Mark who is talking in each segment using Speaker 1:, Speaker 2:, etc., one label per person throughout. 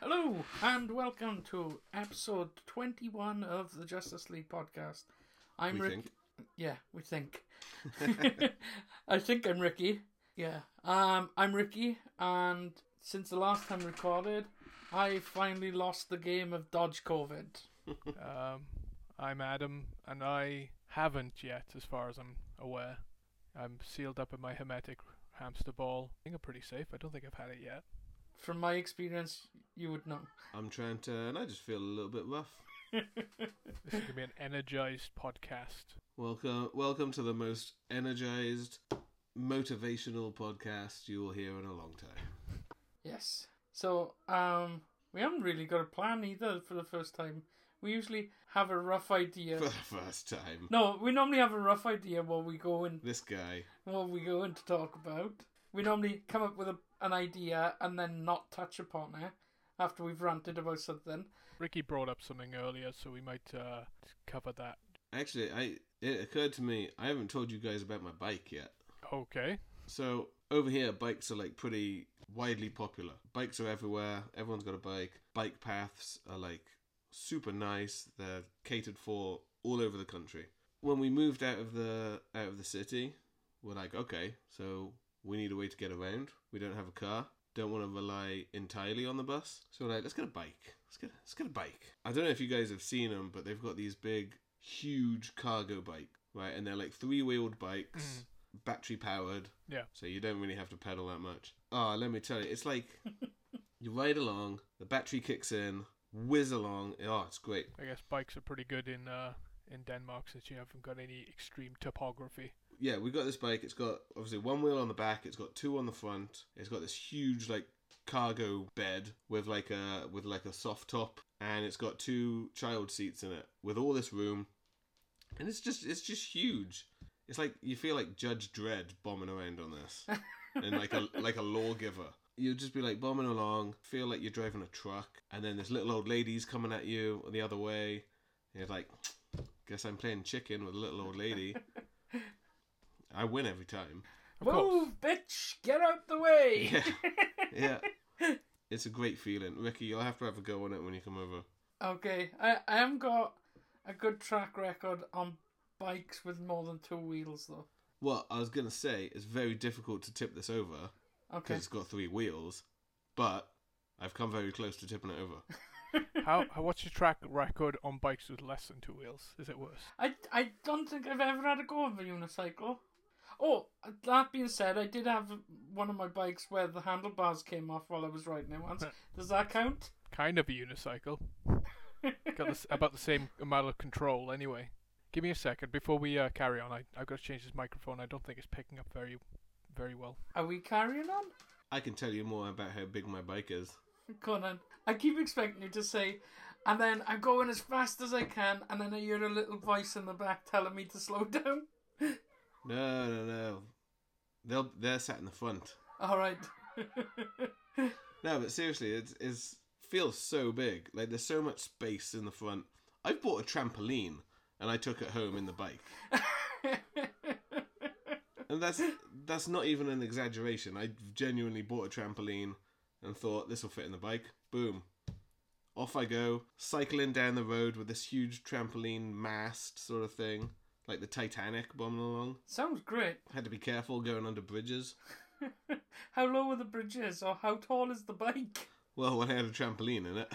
Speaker 1: Hello and welcome to episode 21 of the Justice League podcast. I'm
Speaker 2: We
Speaker 1: Rick.
Speaker 2: think.
Speaker 1: Yeah, we think. I think I'm Ricky. Yeah, um, I'm Ricky, and since the last time recorded, I finally lost the game of dodge COVID.
Speaker 3: Um, I'm Adam, and I haven't yet, as far as I'm aware. I'm sealed up in my hermetic hamster ball. I think I'm pretty safe. I don't think I've had it yet.
Speaker 1: From my experience, you would know.
Speaker 2: I'm trying to, and I just feel a little bit rough.
Speaker 3: This is gonna be an energized podcast.
Speaker 2: Welcome, welcome to the most energized, motivational podcast you will hear in a long time.
Speaker 1: Yes. So, um, we haven't really got a plan either for the first time. We usually have a rough idea.
Speaker 2: For the first time,
Speaker 1: No, we normally have a rough idea what we go and
Speaker 2: this guy.
Speaker 1: what we go in to talk about. We normally come up with a, an idea and then not touch upon it after we've ranted about something.
Speaker 3: Ricky brought up something earlier, so we might uh, cover that.
Speaker 2: Actually, I it occurred to me I haven't told you guys about my bike yet.
Speaker 3: Okay.
Speaker 2: So over here, bikes are like pretty widely popular. Bikes are everywhere. Everyone's got a bike. Bike paths are like super nice. They're catered for all over the country. When we moved out of the out of the city, we're like, okay, so we need a way to get around. We don't have a car. Don't want to rely entirely on the bus. So we're like, let's get a bike. Let's get let's get a bike. I don't know if you guys have seen them, but they've got these big, huge cargo bikes, right? And they're like three wheeled bikes, battery powered.
Speaker 3: Yeah.
Speaker 2: So you don't really have to pedal that much. Ah, let me tell you, it's like you ride along, the battery kicks in, whiz along. Oh, it's great.
Speaker 3: I guess bikes are pretty good in uh, in Denmark since you haven't got any extreme topography.
Speaker 2: Yeah, we got this bike. It's got obviously one wheel on the back. It's got two on the front. It's got this huge like cargo bed with like a with like a soft top, and it's got two child seats in it with all this room, and it's just it's just huge. It's like you feel like Judge Dredd bombing around on this, and like a like a lawgiver. You'll just be like bombing along, feel like you're driving a truck, and then this little old lady's coming at you the other way. And you're like, guess I'm playing chicken with a little old lady. I win every time.
Speaker 3: Of course.
Speaker 1: Move, bitch! Get out the way!
Speaker 2: Yeah. yeah. It's a great feeling. Ricky, you'll have to have a go on it when you come over.
Speaker 1: Okay, I, I haven't got a good track record on bikes with more than two wheels, though.
Speaker 2: Well, I was going to say, it's very difficult to tip this over because
Speaker 1: Okay.
Speaker 2: it's got three wheels, but I've come very close to tipping it over.
Speaker 3: How, how what's your track record on bikes with less than two wheels? Is it worse?
Speaker 1: I, I don't think I've ever had a go of a unicycle. Oh, that being said, I did have one of my bikes where the handlebars came off while I was riding it once. Does that count?
Speaker 3: Kind of a unicycle. got this, about the same amount of control anyway. Give me a second before we uh, carry on. I I've got to change this microphone. I don't think it's picking up very, very well.
Speaker 1: Are we carrying on?
Speaker 2: I can tell you more about how big my bike is.
Speaker 1: Conan, I keep expecting you to say, and then I'm going as fast as I can, and then I hear a little voice in the back telling me to slow down.
Speaker 2: No, no, no. They'll, they're sat in the front.
Speaker 1: All right.
Speaker 2: No, but seriously, it's, it's feels so big. Like, there's so much space in the front. I've bought a trampoline and I took it home in the bike. And that's that's not even an exaggeration. I genuinely bought a trampoline and thought this will fit in the bike. Boom. Off I go, cycling down the road with this huge trampoline mast sort of thing, like the Titanic bombing along.
Speaker 1: Sounds great.
Speaker 2: Had to be careful going under bridges.
Speaker 1: How low are the bridges, or how tall is the bike?
Speaker 2: Well, when I had a trampoline in it.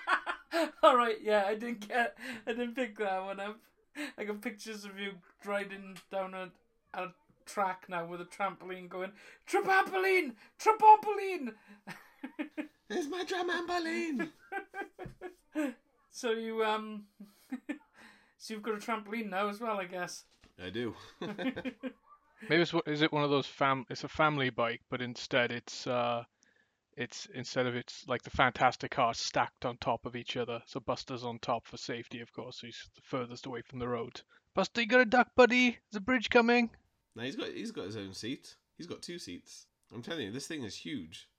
Speaker 1: All right, yeah, I didn't get, I didn't pick that one up. I got pictures of you riding down a, a track now with a trampoline going, trampoline, trampoline.
Speaker 2: There's my trampoline.
Speaker 1: So you um, so you've got a trampoline now as well, I guess.
Speaker 2: I do.
Speaker 3: Maybe it's what is it one of those fam? It's a family bike, but instead it's uh, it's instead of it's like the Fantastic car stacked on top of each other. So Buster's on top for safety, of course. So he's the furthest away from the road. Buster, you got a duck, buddy? There's a bridge coming.
Speaker 2: No, he's got he's got his own seat. He's got two seats. I'm telling you, this thing is huge.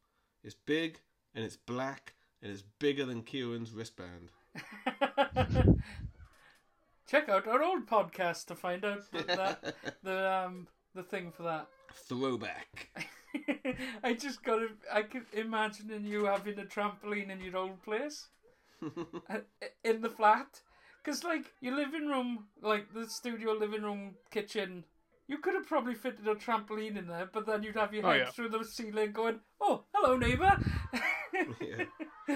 Speaker 2: It's big and it's black and it's bigger than Kieran's wristband.
Speaker 1: Check out our old podcast to find out the, the, the um the thing for that.
Speaker 2: Throwback.
Speaker 1: I just got to. I can imagine you having a trampoline in your own place, uh, in the flat, because like your living room, like the studio living room kitchen, you could have probably fitted a trampoline in there, but then you'd have your
Speaker 3: Oh,
Speaker 1: head
Speaker 3: yeah.
Speaker 1: through the ceiling going, "Oh, hello, neighbour."
Speaker 2: yeah.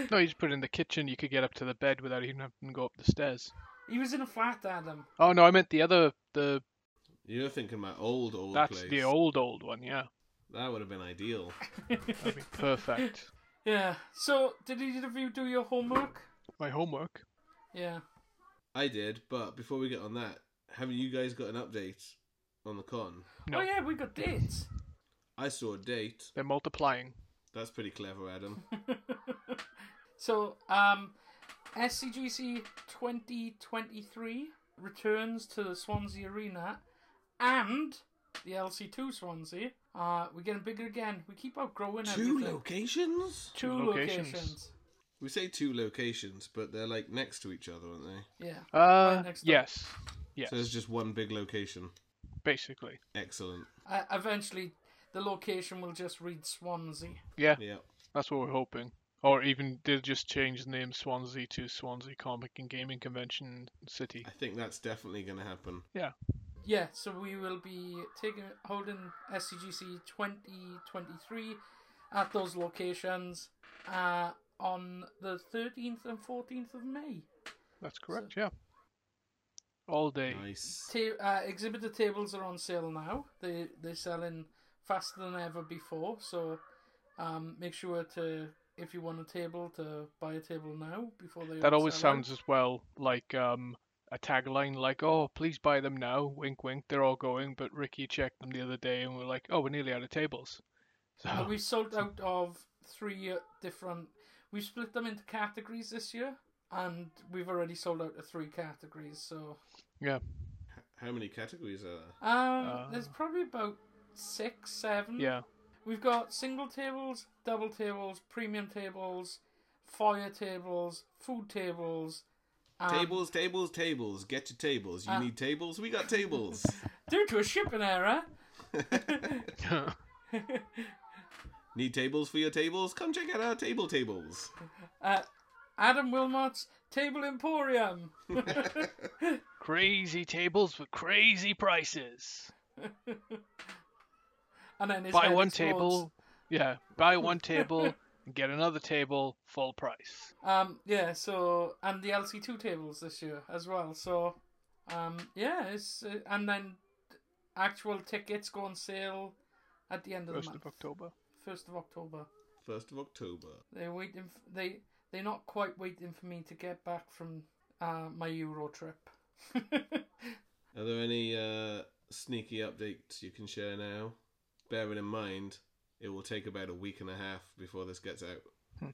Speaker 3: No, you just put it in the kitchen. You could get up to the bed without even having to go up the stairs.
Speaker 1: he was in a flat, Adam.
Speaker 3: Oh no, I meant the other. The
Speaker 2: You're thinking my old old
Speaker 3: that's
Speaker 2: place.
Speaker 3: the old old one. Yeah,
Speaker 2: That would have been ideal.
Speaker 3: that'd be perfect.
Speaker 1: Yeah. So, did either of you do your homework?
Speaker 3: My homework.
Speaker 1: Yeah.
Speaker 2: I did, but before we get on that, haven't you guys got an update on the con?
Speaker 3: No,
Speaker 1: Oh yeah, we got dates.
Speaker 2: I saw a date.
Speaker 3: they're multiplying.
Speaker 2: That's pretty clever, Adam.
Speaker 1: so, um, SCGC 2023 returns to the Swansea Arena and the LC2 Swansea. Uh, we're getting bigger again. We keep outgrowing
Speaker 2: two
Speaker 1: everything.
Speaker 2: locations?
Speaker 1: Two
Speaker 3: locations.
Speaker 1: locations.
Speaker 2: We say two locations, but they're like next to each other, aren't they?
Speaker 1: Yeah.
Speaker 3: Uh,
Speaker 1: Oh, next up.
Speaker 3: yes, yes,
Speaker 2: So there's just one big location.
Speaker 3: basically.
Speaker 2: Excellent.
Speaker 1: Uh, eventually, the location will just read Swansea.
Speaker 3: Yeah,
Speaker 2: Yeah.
Speaker 3: that's what we're hoping. Or even they'll just change the name Swansea to Swansea Comic and Gaming Convention City.
Speaker 2: I think that's definitely going to happen.
Speaker 3: Yeah,
Speaker 1: Yeah, so we will be taking holding SCGC 2023 at those locations uh, on the 13th and 14th of May.
Speaker 3: that's correct. Yeah, all day.
Speaker 2: Nice.
Speaker 1: Ta- uh, exhibitor tables are on sale now. They they're selling faster than ever before. So um, make sure to if you want a table to buy a table now before they.
Speaker 3: That
Speaker 1: all
Speaker 3: always
Speaker 1: sell out.
Speaker 3: sounds as well like um, a tagline like, oh, please buy them now, wink, wink, they're all going. But Ricky checked them the other day and we're like, oh, we're nearly out of tables.
Speaker 1: Uh,
Speaker 3: So,
Speaker 1: we've sold out of three uh, different. We've split them into categories this year, and we've already sold out of three categories. So
Speaker 3: yeah,
Speaker 2: H- How many categories are there?
Speaker 1: um,
Speaker 3: Uh.
Speaker 1: there's probably about six, seven.
Speaker 3: yeah.
Speaker 1: We've got single tables, double tables, premium tables, fire tables, food tables. um,
Speaker 2: tables, tables, tables. Get your tables. You
Speaker 1: uh,
Speaker 2: need tables? We got tables.
Speaker 1: Due to a shipping error.
Speaker 2: need tables for your tables? Come check out our table tables.
Speaker 1: uh, Adam Wilmot's Table Emporium.
Speaker 3: crazy tables with crazy prices.
Speaker 1: And then his
Speaker 3: buy
Speaker 1: head
Speaker 3: one
Speaker 1: explodes.
Speaker 3: table. Yeah, buy one table and get another table full price.
Speaker 1: Um, yeah, so and the LC2 tables this year as well. So, um, yeah, it's uh, and then actual tickets go on sale at the end of the
Speaker 3: First
Speaker 1: month,
Speaker 3: of October.
Speaker 1: first of October.
Speaker 2: 1st of October.
Speaker 1: They're waiting. F- they they're not quite waiting for me to get back from uh, my Euro trip.
Speaker 2: Are there any uh, sneaky updates you can share now? Bearing in mind, it will take about a week and a half before this gets out.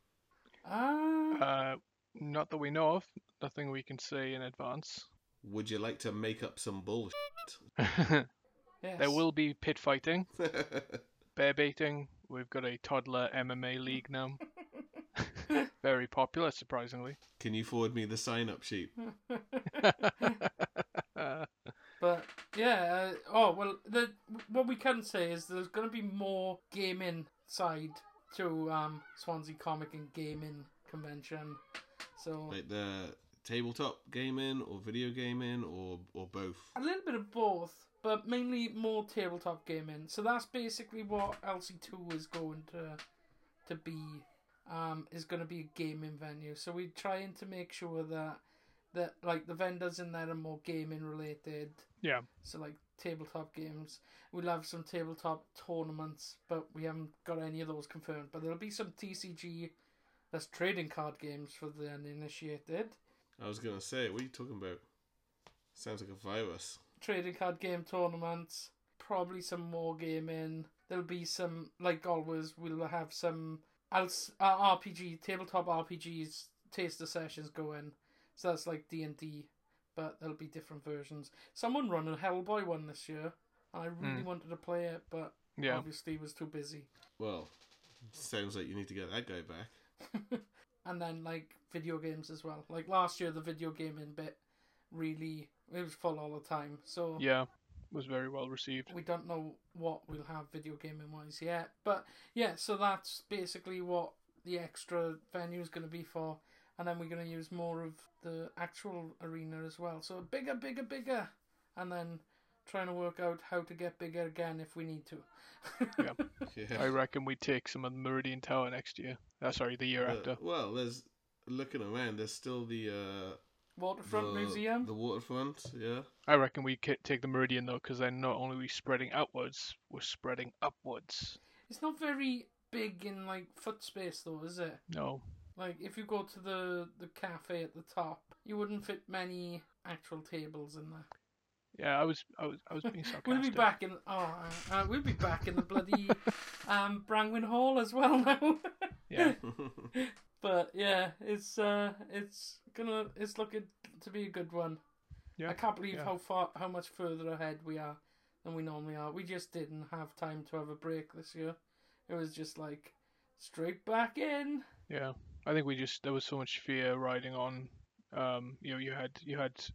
Speaker 1: Ah,
Speaker 3: Uh, not that we know of. Nothing we can say in advance.
Speaker 2: Would you like to make up some bullshit?
Speaker 3: there
Speaker 1: yes.
Speaker 3: will be pit fighting,
Speaker 2: That's
Speaker 3: bear baiting. We've got a toddler MMA league now. Very popular, surprisingly.
Speaker 2: Can you forward me the sign up sheet?
Speaker 1: But yeah, uh, oh well. The what we can say is there's going to be more gaming side to um, Swansea Comic and Gaming Convention. So
Speaker 2: Like the tabletop gaming or video gaming or, or both?
Speaker 1: a little bit of both, but mainly more tabletop gaming. So that's basically what LC2 is going to to be. Um, is going to be a gaming venue. So we're trying to make sure that that like the vendors in there are more gaming related.
Speaker 3: Yeah.
Speaker 1: So like tabletop games, we'll have some tabletop tournaments, but we haven't got any of those confirmed. But there'll be some TCG, that's trading card games for the uninitiated.
Speaker 2: I was going to say, what are you talking about? Sounds like a virus.
Speaker 1: trading card game tournaments, probably some more gaming. There'll be some, like always, we'll have some else, uh, RPG, tabletop RPGs, taster sessions going. So that's like D&D, but there'll be different versions. Someone run a Hellboy one this year, and I really
Speaker 3: Hmm.
Speaker 1: wanted to play it, but
Speaker 3: Yeah.
Speaker 1: obviously was too busy.
Speaker 2: Well, sounds like you need to get that guy back.
Speaker 1: and then like video games as well. Like last year, the video gaming bit really, it was full all the time. So
Speaker 3: Yeah. was very well received.
Speaker 1: We don't know what we'll have video gaming wise yet, but yeah, so that's basically what the extra venue is going to be for, and then we're going to use more of the actual arena as well. So bigger, bigger, bigger, and then trying to work out how to get bigger again if we need to.
Speaker 3: Yeah. I
Speaker 2: Yeah.
Speaker 3: reckon we take some of the Meridian Tower next year. Uh, sorry, the year
Speaker 2: Uh,
Speaker 3: after.
Speaker 2: well, there's looking around. There's still the uh,
Speaker 1: Waterfront
Speaker 2: the,
Speaker 1: Museum.
Speaker 2: the waterfront. Yeah.
Speaker 3: I reckon we ca- take the Meridian though, because then not only are we spreading outwards, we're spreading upwards.
Speaker 1: It's not very big in like foot space though, is it?
Speaker 3: No,
Speaker 1: Like if you go to the the cafe at the top, you wouldn't fit many actual tables in there.
Speaker 3: yeah, I was, I was, I was being sarcastic.
Speaker 1: We'll be back in oh, uh, uh, we'll be back in the bloody um, Brangwyn Hall as well now.
Speaker 3: Yeah,
Speaker 1: but yeah, it's uh, it's gonna it's looking to be a good one.
Speaker 3: yeah.
Speaker 1: I can't believe
Speaker 3: yeah.
Speaker 1: how far how much further ahead we are than we normally are. We just didn't have time to have a break this year. It was just like straight back in.
Speaker 3: Yeah, I think we just there was so much fear riding on. Um, you know, you had you had s-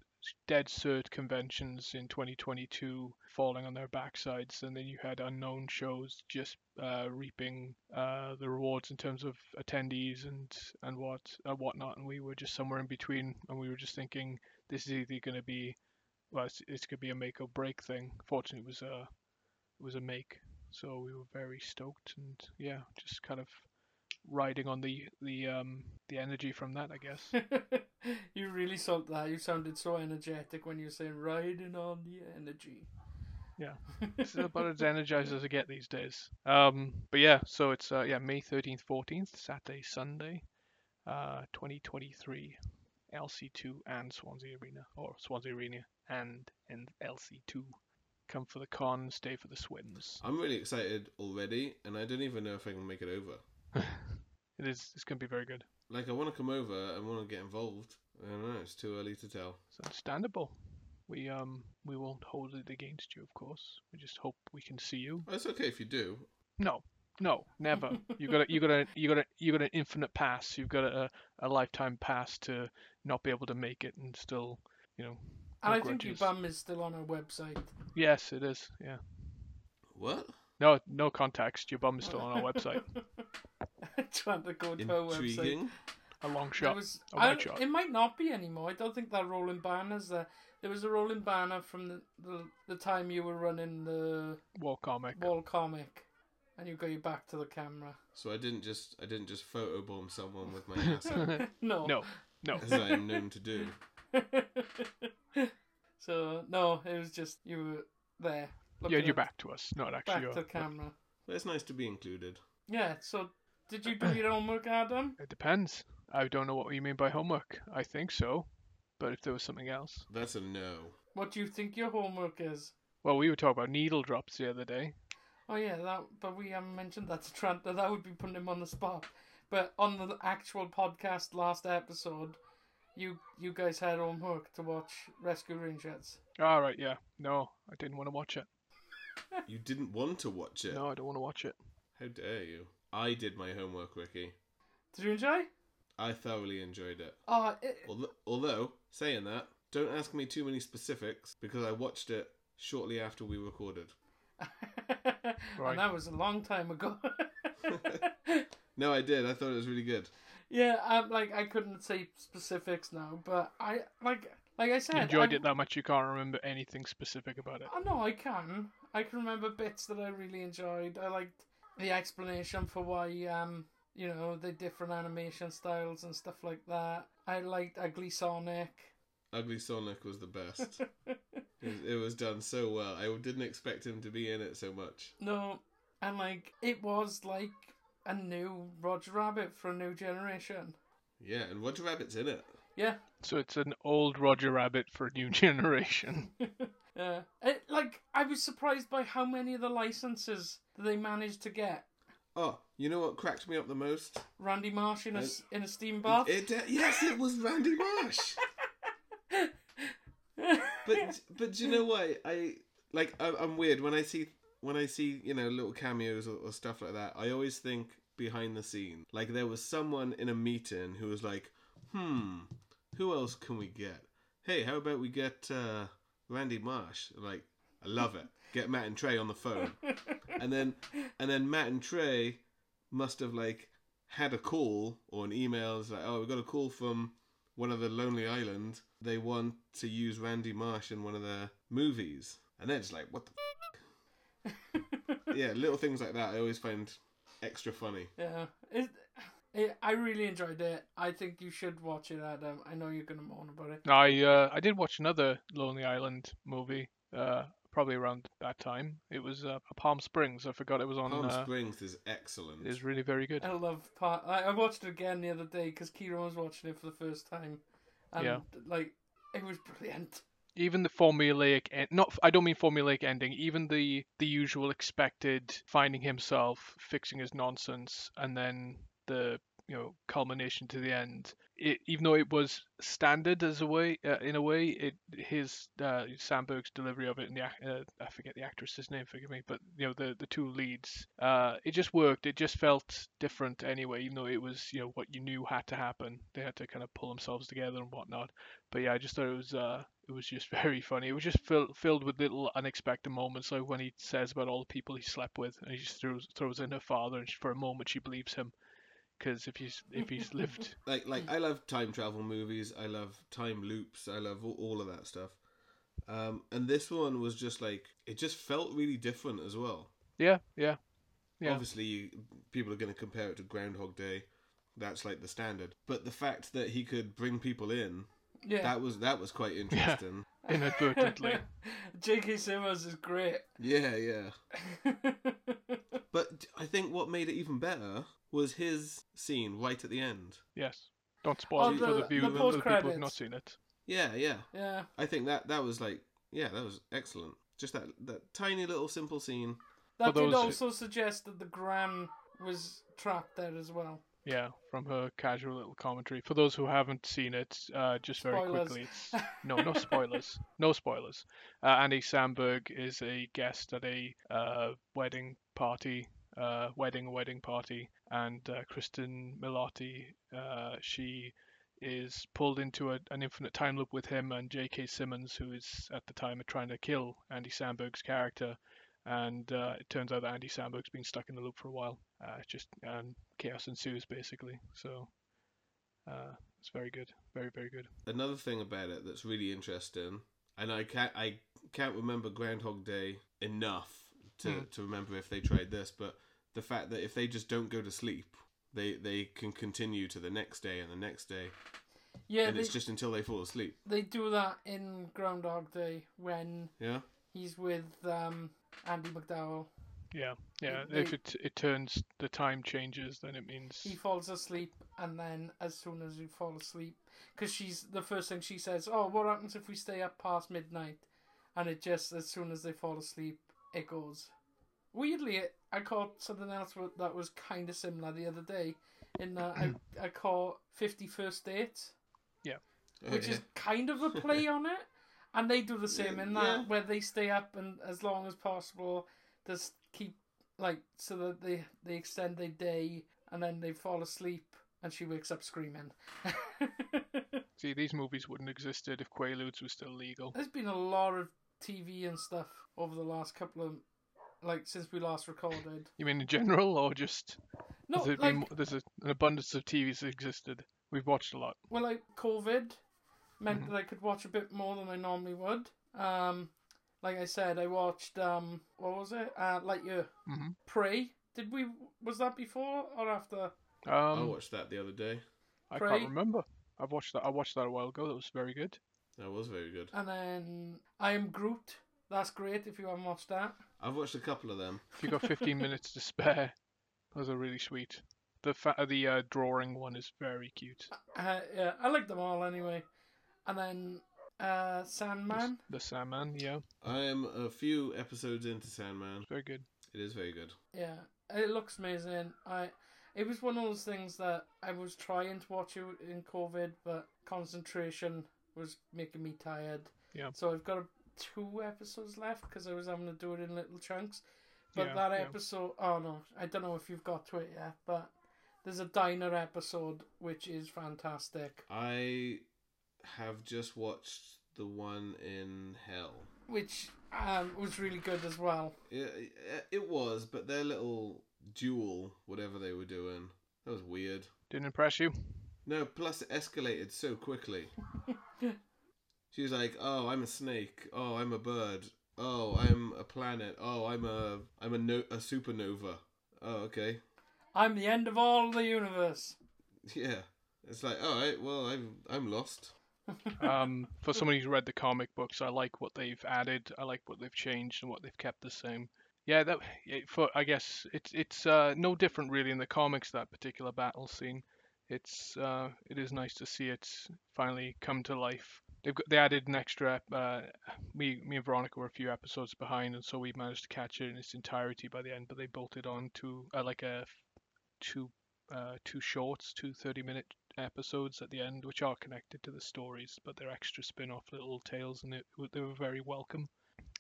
Speaker 3: dead cert conventions in 2022 falling on their backsides, and then you had unknown shows just uh, reaping uh, the rewards in terms of attendees and and what uh, whatnot. And we were just somewhere in between, and we were just thinking this is either going to be well, it's, it's going to be a make or break thing. Fortunately, it was a it was a make, so we were very stoked, and yeah, just kind of riding on the the um the energy from that, I guess.
Speaker 1: you really sold that. You sounded so energetic when you were saying riding on the energy.
Speaker 3: Yeah. it's about as energized as I get these days. Um, but yeah, so it's uh, yeah May thirteenth, fourteenth, Saturday, Sunday, uh, twenty twenty three, LC two and Swansea Arena or Swansea Arena and and LC two. Come for the con, stay for the swims.
Speaker 2: I'm really excited already, and I don't even know if I can make it over.
Speaker 3: It is it's gonna be very good.
Speaker 2: Like, I want to come over. I want to get involved. I don't know. It's too early to tell.
Speaker 3: It's understandable. We um we won't hold it against you, of course. We just hope we can see you.
Speaker 2: Well, Oh, it's okay if you do.
Speaker 3: No, no, never. You got a, you got a, you got a, you got an infinite pass. You've got a, a lifetime pass to not be able to make it and still, you know.
Speaker 1: And
Speaker 3: no
Speaker 1: I think your
Speaker 3: grudges.
Speaker 1: bum is still on our website.
Speaker 3: Yes, it is. Yeah.
Speaker 2: What?
Speaker 3: No, no context. Your bum is still on our website.
Speaker 1: Trying to go to our website.
Speaker 2: Intriguing.
Speaker 3: A long
Speaker 1: There
Speaker 3: shot.
Speaker 1: was,
Speaker 3: A
Speaker 1: I,
Speaker 3: wide shot.
Speaker 1: it might not be anymore. I don't think that rolling banner's there. There was a rolling banner from the, the, the time you were running the
Speaker 3: War comic.
Speaker 1: wall comic and you got your back to the camera.
Speaker 2: So I didn't just I didn't just photobomb someone with my ass, out,
Speaker 1: No.
Speaker 3: No, no.
Speaker 2: as I am known to do.
Speaker 1: so, no, it was just you were there.
Speaker 3: Yeah,
Speaker 1: looking
Speaker 3: you're
Speaker 1: at-
Speaker 3: back to us, not actually. uh,
Speaker 1: Back
Speaker 3: your-
Speaker 1: to the camera.
Speaker 2: But it's nice to be included.
Speaker 1: Yeah, so did you do your homework, Adam?
Speaker 3: It depends. I don't know what you mean by homework. I think so, but if there was something else.
Speaker 2: That's a no.
Speaker 1: What do you think your homework is?
Speaker 3: Well, we were talking about needle drops the other day.
Speaker 1: Oh yeah, that but we haven't mentioned that to Trent. That would be putting him on the spot. But on the actual podcast last episode, you you guys had homework to watch Rescue Rangers.
Speaker 3: All right, yeah. No, I didn't want to watch it.
Speaker 2: You didn't want to watch it.
Speaker 3: No, I don't want to watch it.
Speaker 2: How dare you? I did my homework, Ricky.
Speaker 1: Did you enjoy?
Speaker 2: I thoroughly enjoyed it.
Speaker 1: Oh, it,
Speaker 2: Although, although saying that, don't ask me too many specifics because I watched it shortly after we recorded.
Speaker 3: Right.
Speaker 1: and that was a long time ago.
Speaker 2: No, I did. I thought it was really good.
Speaker 1: yeah, I'm like I couldn't say specifics now, but I like like I said,
Speaker 3: You enjoyed
Speaker 1: I-
Speaker 3: it that much you can't remember anything specific about it.
Speaker 1: Oh, no, I can. I can remember bits that I really enjoyed. I liked the explanation for why, um, you know, the different animation styles and stuff like that. I liked Ugly Sonic.
Speaker 2: Ugly Sonic was the best. it, was, it was done so well. I didn't expect him to be in it so much.
Speaker 1: No, and like it was like a new Roger Rabbit for a new generation.
Speaker 2: Yeah, and Roger Rabbit's in it.
Speaker 1: Yeah,
Speaker 3: So it's an old Roger Rabbit for a new generation.
Speaker 1: yeah. It, like I was surprised by how many of the licenses that they managed to get.
Speaker 2: Oh, you know what cracked me up the most?
Speaker 1: Randy Marsh in a s in a steam bath.
Speaker 2: It, uh, yes, it was Randy Marsh. But but do you know what? I like I, I'm weird when I see when I see you know little cameos or, or stuff like that. I always think behind the scene. Like there was someone in a meeting who was like, "Hmm, who else can we get? Hey, how about we get uh, Randy Marsh?" Like, I love it. Get Matt and Trey on the phone, and then and then Matt and Trey must have like had a call or an email. It's like, oh, we got a call from one of the Lonely Island. They want to use Randy Marsh in one of their movies, and then it's like, what the? F-? yeah, little things like that. I always find extra funny.
Speaker 1: Yeah, it, it, I really enjoyed it. I think you should watch it, Adam. I know you're gonna moan about it.
Speaker 3: I uh, I did watch another Lonely Island movie, uh, probably around that time. It was uh, Palm Springs. I forgot it was on.
Speaker 2: Palm
Speaker 3: uh,
Speaker 2: Springs is excellent.
Speaker 3: it was really very good.
Speaker 1: I love part. I, I watched it again the other day because Kieran was watching it for the first time, and
Speaker 3: Yeah.
Speaker 1: like it was brilliant.
Speaker 3: Even the formulaic, en- not I don't mean formulaic ending. Even the the usual expected finding himself, fixing his nonsense, and then the you know culmination to the end. It, even though it was standard as a way, uh, in a way, it his uh, Sandberg's delivery of it and the ac- uh, I forget the actress's name, forgive me, but you know the the two leads, uh, it just worked. It just felt different anyway, even though it was you know what you knew had to happen. They had to kind of pull themselves together and whatnot. But yeah, I just thought it was uh, it was just very funny. It was just fill, filled with little unexpected moments, like when he says about all the people he slept with, and he just throws throws in her father, and she, for a moment she believes him, because if he's if he's lived,
Speaker 2: like like I love time travel movies. I love time loops. I love all, all of that stuff. Um, and this one was just like it just felt really different as well.
Speaker 3: yeah, yeah, Yeah.
Speaker 2: Obviously, you, people are going to compare it to Groundhog Day. That's like the standard. But the fact that he could bring people in
Speaker 1: Yeah,
Speaker 2: that was that was quite interesting.
Speaker 3: inadvertently.
Speaker 1: J.K. Simmons is great.
Speaker 2: yeah, yeah. But I think what made it even better was his scene right at the end.
Speaker 3: Yes. Don't spoil
Speaker 1: Oh,
Speaker 3: it for
Speaker 1: the-
Speaker 3: the
Speaker 1: the
Speaker 3: view for the people who've not
Speaker 1: post-credits.
Speaker 3: seen it.
Speaker 2: Yeah, yeah.
Speaker 1: yeah,
Speaker 2: I think that that was like yeah, that was excellent. Just that that tiny little simple scene.
Speaker 1: that
Speaker 3: those-
Speaker 1: did also suggest that the Gram was trapped there as well.
Speaker 3: Yeah, from her casual little commentary. For those who haven't seen it, uh, just very
Speaker 1: Spoilers.
Speaker 3: quickly, it's no, no spoilers, no spoilers. Uh, Andy Samberg is a guest at a uh, wedding party, uh, wedding wedding party, and uh, Kristen Milotti, uh, she is pulled into a, an infinite time loop with him and J.K. Simmons, who is at the time trying to kill Andy Samberg's character. And uh, it turns out that Andy Samberg's been stuck in the loop for a while. Uh, it's just um, chaos ensues basically. So uh, it's very good, very very good.
Speaker 2: another thing about it that's really interesting, and I can't I can't remember Groundhog Day enough to,
Speaker 3: Hmm.
Speaker 2: to remember if they tried this, but the fact that if they just don't go to sleep, they they can continue to the next day and the next day,
Speaker 1: Yeah,
Speaker 2: and
Speaker 1: they,
Speaker 2: it's just until they fall asleep.
Speaker 1: they do that in Groundhog Day when
Speaker 2: Yeah,
Speaker 1: he's with um, Andy McDowell.
Speaker 3: Yeah, yeah.
Speaker 1: they-
Speaker 3: If it it turns the time changes, then it
Speaker 1: He
Speaker 3: means
Speaker 1: falls asleep, and then as soon as he falls asleep, because she's the first thing she says, "Oh, what happens if we stay up past midnight?" And it just as soon as they fall asleep, it goes. Weirdly, it, I caught something else wa- that was kind of similar the other day. In that I, I caught Fifty First Dates, which is kind of a play on it, and they do the same in that
Speaker 2: Yeah.
Speaker 1: where they stay up and as long as possible, just keep like so that they they extend their day and then they fall asleep and she wakes up screaming.
Speaker 3: see these movies wouldn't existed if Quaaludes was still legal.
Speaker 1: There's been a lot of TV and stuff over the last couple of like since we last recorded.
Speaker 3: You mean in general, or just
Speaker 1: No,
Speaker 3: has there
Speaker 1: like
Speaker 3: been, mo- there's a, an abundance of TVs that existed? We've watched a lot.
Speaker 1: well, like COVID meant that I could watch a bit more than I normally would. Um, like I said, I watched um, what was it? Uh, Lightyear.
Speaker 3: hmm
Speaker 1: Prey. Did we? Was that before or after?
Speaker 2: I
Speaker 3: Um,
Speaker 2: watched that the other day.
Speaker 3: I
Speaker 1: Prey.
Speaker 3: can't remember. I've watched that. I watched that a while ago. That was very good.
Speaker 2: That was very good.
Speaker 1: And then I am Groot. That's great if you haven't watched that.
Speaker 2: I've watched a couple of them.
Speaker 3: If you got 15 minutes to spare, those are really sweet. The fa- uh, the uh, drawing one is very cute.
Speaker 1: Uh, yeah, I like them all anyway. And then uh,
Speaker 3: The s-
Speaker 1: Sandman.
Speaker 3: The Sandman, yeah,
Speaker 2: I am a few episodes into Sandman.
Speaker 3: very good.
Speaker 2: It is very good.
Speaker 1: Yeah, it looks amazing. I. It was one of those things that I was trying to watch it in COVID, but concentration was making me tired.
Speaker 3: Yeah.
Speaker 1: So I've got a, two episodes left because I was having to do it in little chunks. But
Speaker 3: Yeah,
Speaker 1: that
Speaker 3: yeah.
Speaker 1: episode, oh no, I don't know if you've got to it yet, but there's a diner episode which is fantastic.
Speaker 2: I have just watched the one in Hell.
Speaker 1: which um, was really good as well.
Speaker 2: It, it was, but their little duel, whatever they were doing, that was weird.
Speaker 3: Didn't impress you?
Speaker 2: No, plus it escalated so quickly. she was like, "Oh, I'm a snake. Oh, I'm a bird. Oh, I'm a planet. Oh, I'm a I'm a no- a supernova. Oh, okay,
Speaker 1: I'm the end of all the universe.
Speaker 2: yeah." It's like, all right, well, I'm I'm lost.
Speaker 3: Um, for someone who's read the comic books, I like what they've added. I like what they've changed and what they've kept the same. Yeah, that yeah, for I guess it's it's uh, no different really in the comics that particular battle scene. It's uh, it is nice to see it finally come to life. They've got, they added an extra. ep- Uh, me me and Veronica were a few episodes behind, and so we managed to catch it in its entirety by the end. But they bolted on to uh, like a f- two uh, two shorts, two 30 minute episodes at the end, which are connected to the stories, but they're extra spin-off little tales, and it, w- they were very welcome.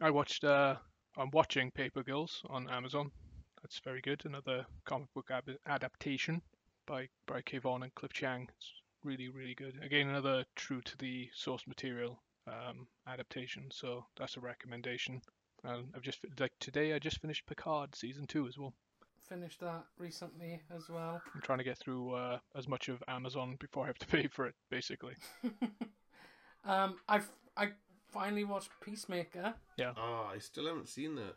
Speaker 3: I watched. Uh, I'm watching Paper Girls on Amazon. That's very good. Another comic book ab- adaptation by by Kay Vaughan and Cliff Chang. It's really really good. Again, another true to the source material um, adaptation. So that's a recommendation. And I've just fi- like today I just finished Picard season two as well.
Speaker 1: Finished that recently as well.
Speaker 3: I'm trying to get through uh, as much of Amazon before I have to pay for it, basically.
Speaker 1: Um, I I finally watched Peacemaker.
Speaker 2: Ah, I still haven't seen that.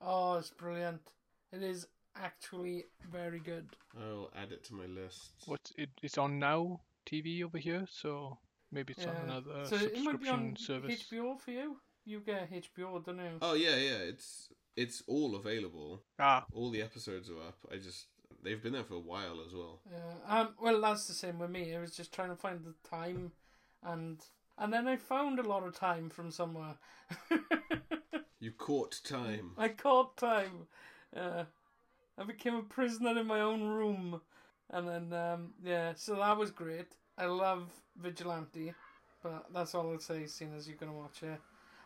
Speaker 1: Oh, it's brilliant. It is actually very good.
Speaker 2: I'll add it to my list.
Speaker 3: What's it, it's on now TV over here, so maybe it's
Speaker 1: Yeah.
Speaker 3: on another
Speaker 1: so it
Speaker 3: subscription
Speaker 1: might be on
Speaker 3: service.
Speaker 1: HBO for you. You get HBO, don't you?
Speaker 2: Oh yeah, yeah. It's it's all available.
Speaker 3: Ah,
Speaker 2: All the episodes are up. I just they've been there for a while as well.
Speaker 1: Yeah. Um. Well, that's the same with me. I was just trying to find the time, and and then I found a lot of time from somewhere.
Speaker 2: You caught time.
Speaker 1: I caught time. Uh, I became a prisoner in my own room, and then um, yeah. So that was great. I love Vigilante, but that's all I'll say. Seeing as you're gonna watch it,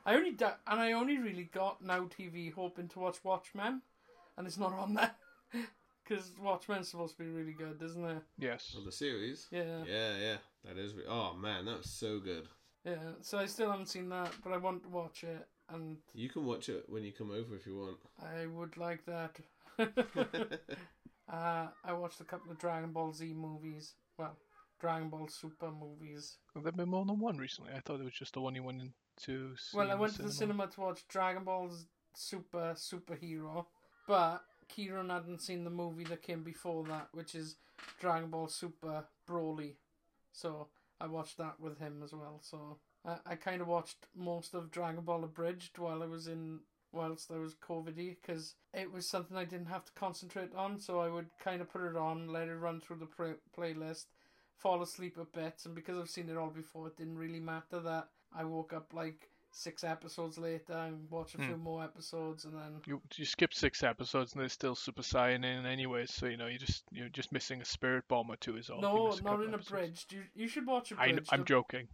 Speaker 1: I only da- and I only really got Now TV hoping to watch Watchmen, and it's not on there. Because Watchmen's supposed to be really good, isn't it?
Speaker 3: yes.
Speaker 2: Of the series.
Speaker 1: Yeah.
Speaker 2: Yeah, yeah. That is. Re- oh man, that was so good.
Speaker 1: Yeah, so I still haven't seen that, but I want to watch it, and
Speaker 2: You can watch it when you come over if you want.
Speaker 1: I would like that. uh, I watched a couple of Dragon Ball Z movies. Well, Dragon Ball Super movies.
Speaker 3: Have there been more than one recently? I thought it was just the one you went in to see.
Speaker 1: well, I
Speaker 3: in
Speaker 1: went to the cinema to watch Dragon Ball Z- Super Superhero, but Kieran hadn't seen the movie that came before that, which is Dragon Ball Super Broly. So I watched that with him as well. So I, I kind of watched most of Dragon Ball Abridged while I was in whilst I was COVIDy because it was something I didn't have to concentrate on. So I would kind of put it on, let it run through the play- playlist, fall asleep at bits, and because I've seen it all before, it didn't really matter that I woke up like six episodes later and watched a
Speaker 3: Hmm.
Speaker 1: few more episodes, and then
Speaker 3: You, you skip six episodes and there's still Super Saiyan in anyway, so you know you just you're just missing a spirit bomb or two is all. You
Speaker 1: no,
Speaker 3: miss a
Speaker 1: not
Speaker 3: couple
Speaker 1: in
Speaker 3: episodes.
Speaker 1: abridged. You you should watch
Speaker 3: I,
Speaker 1: abridged. uh,
Speaker 3: am joking.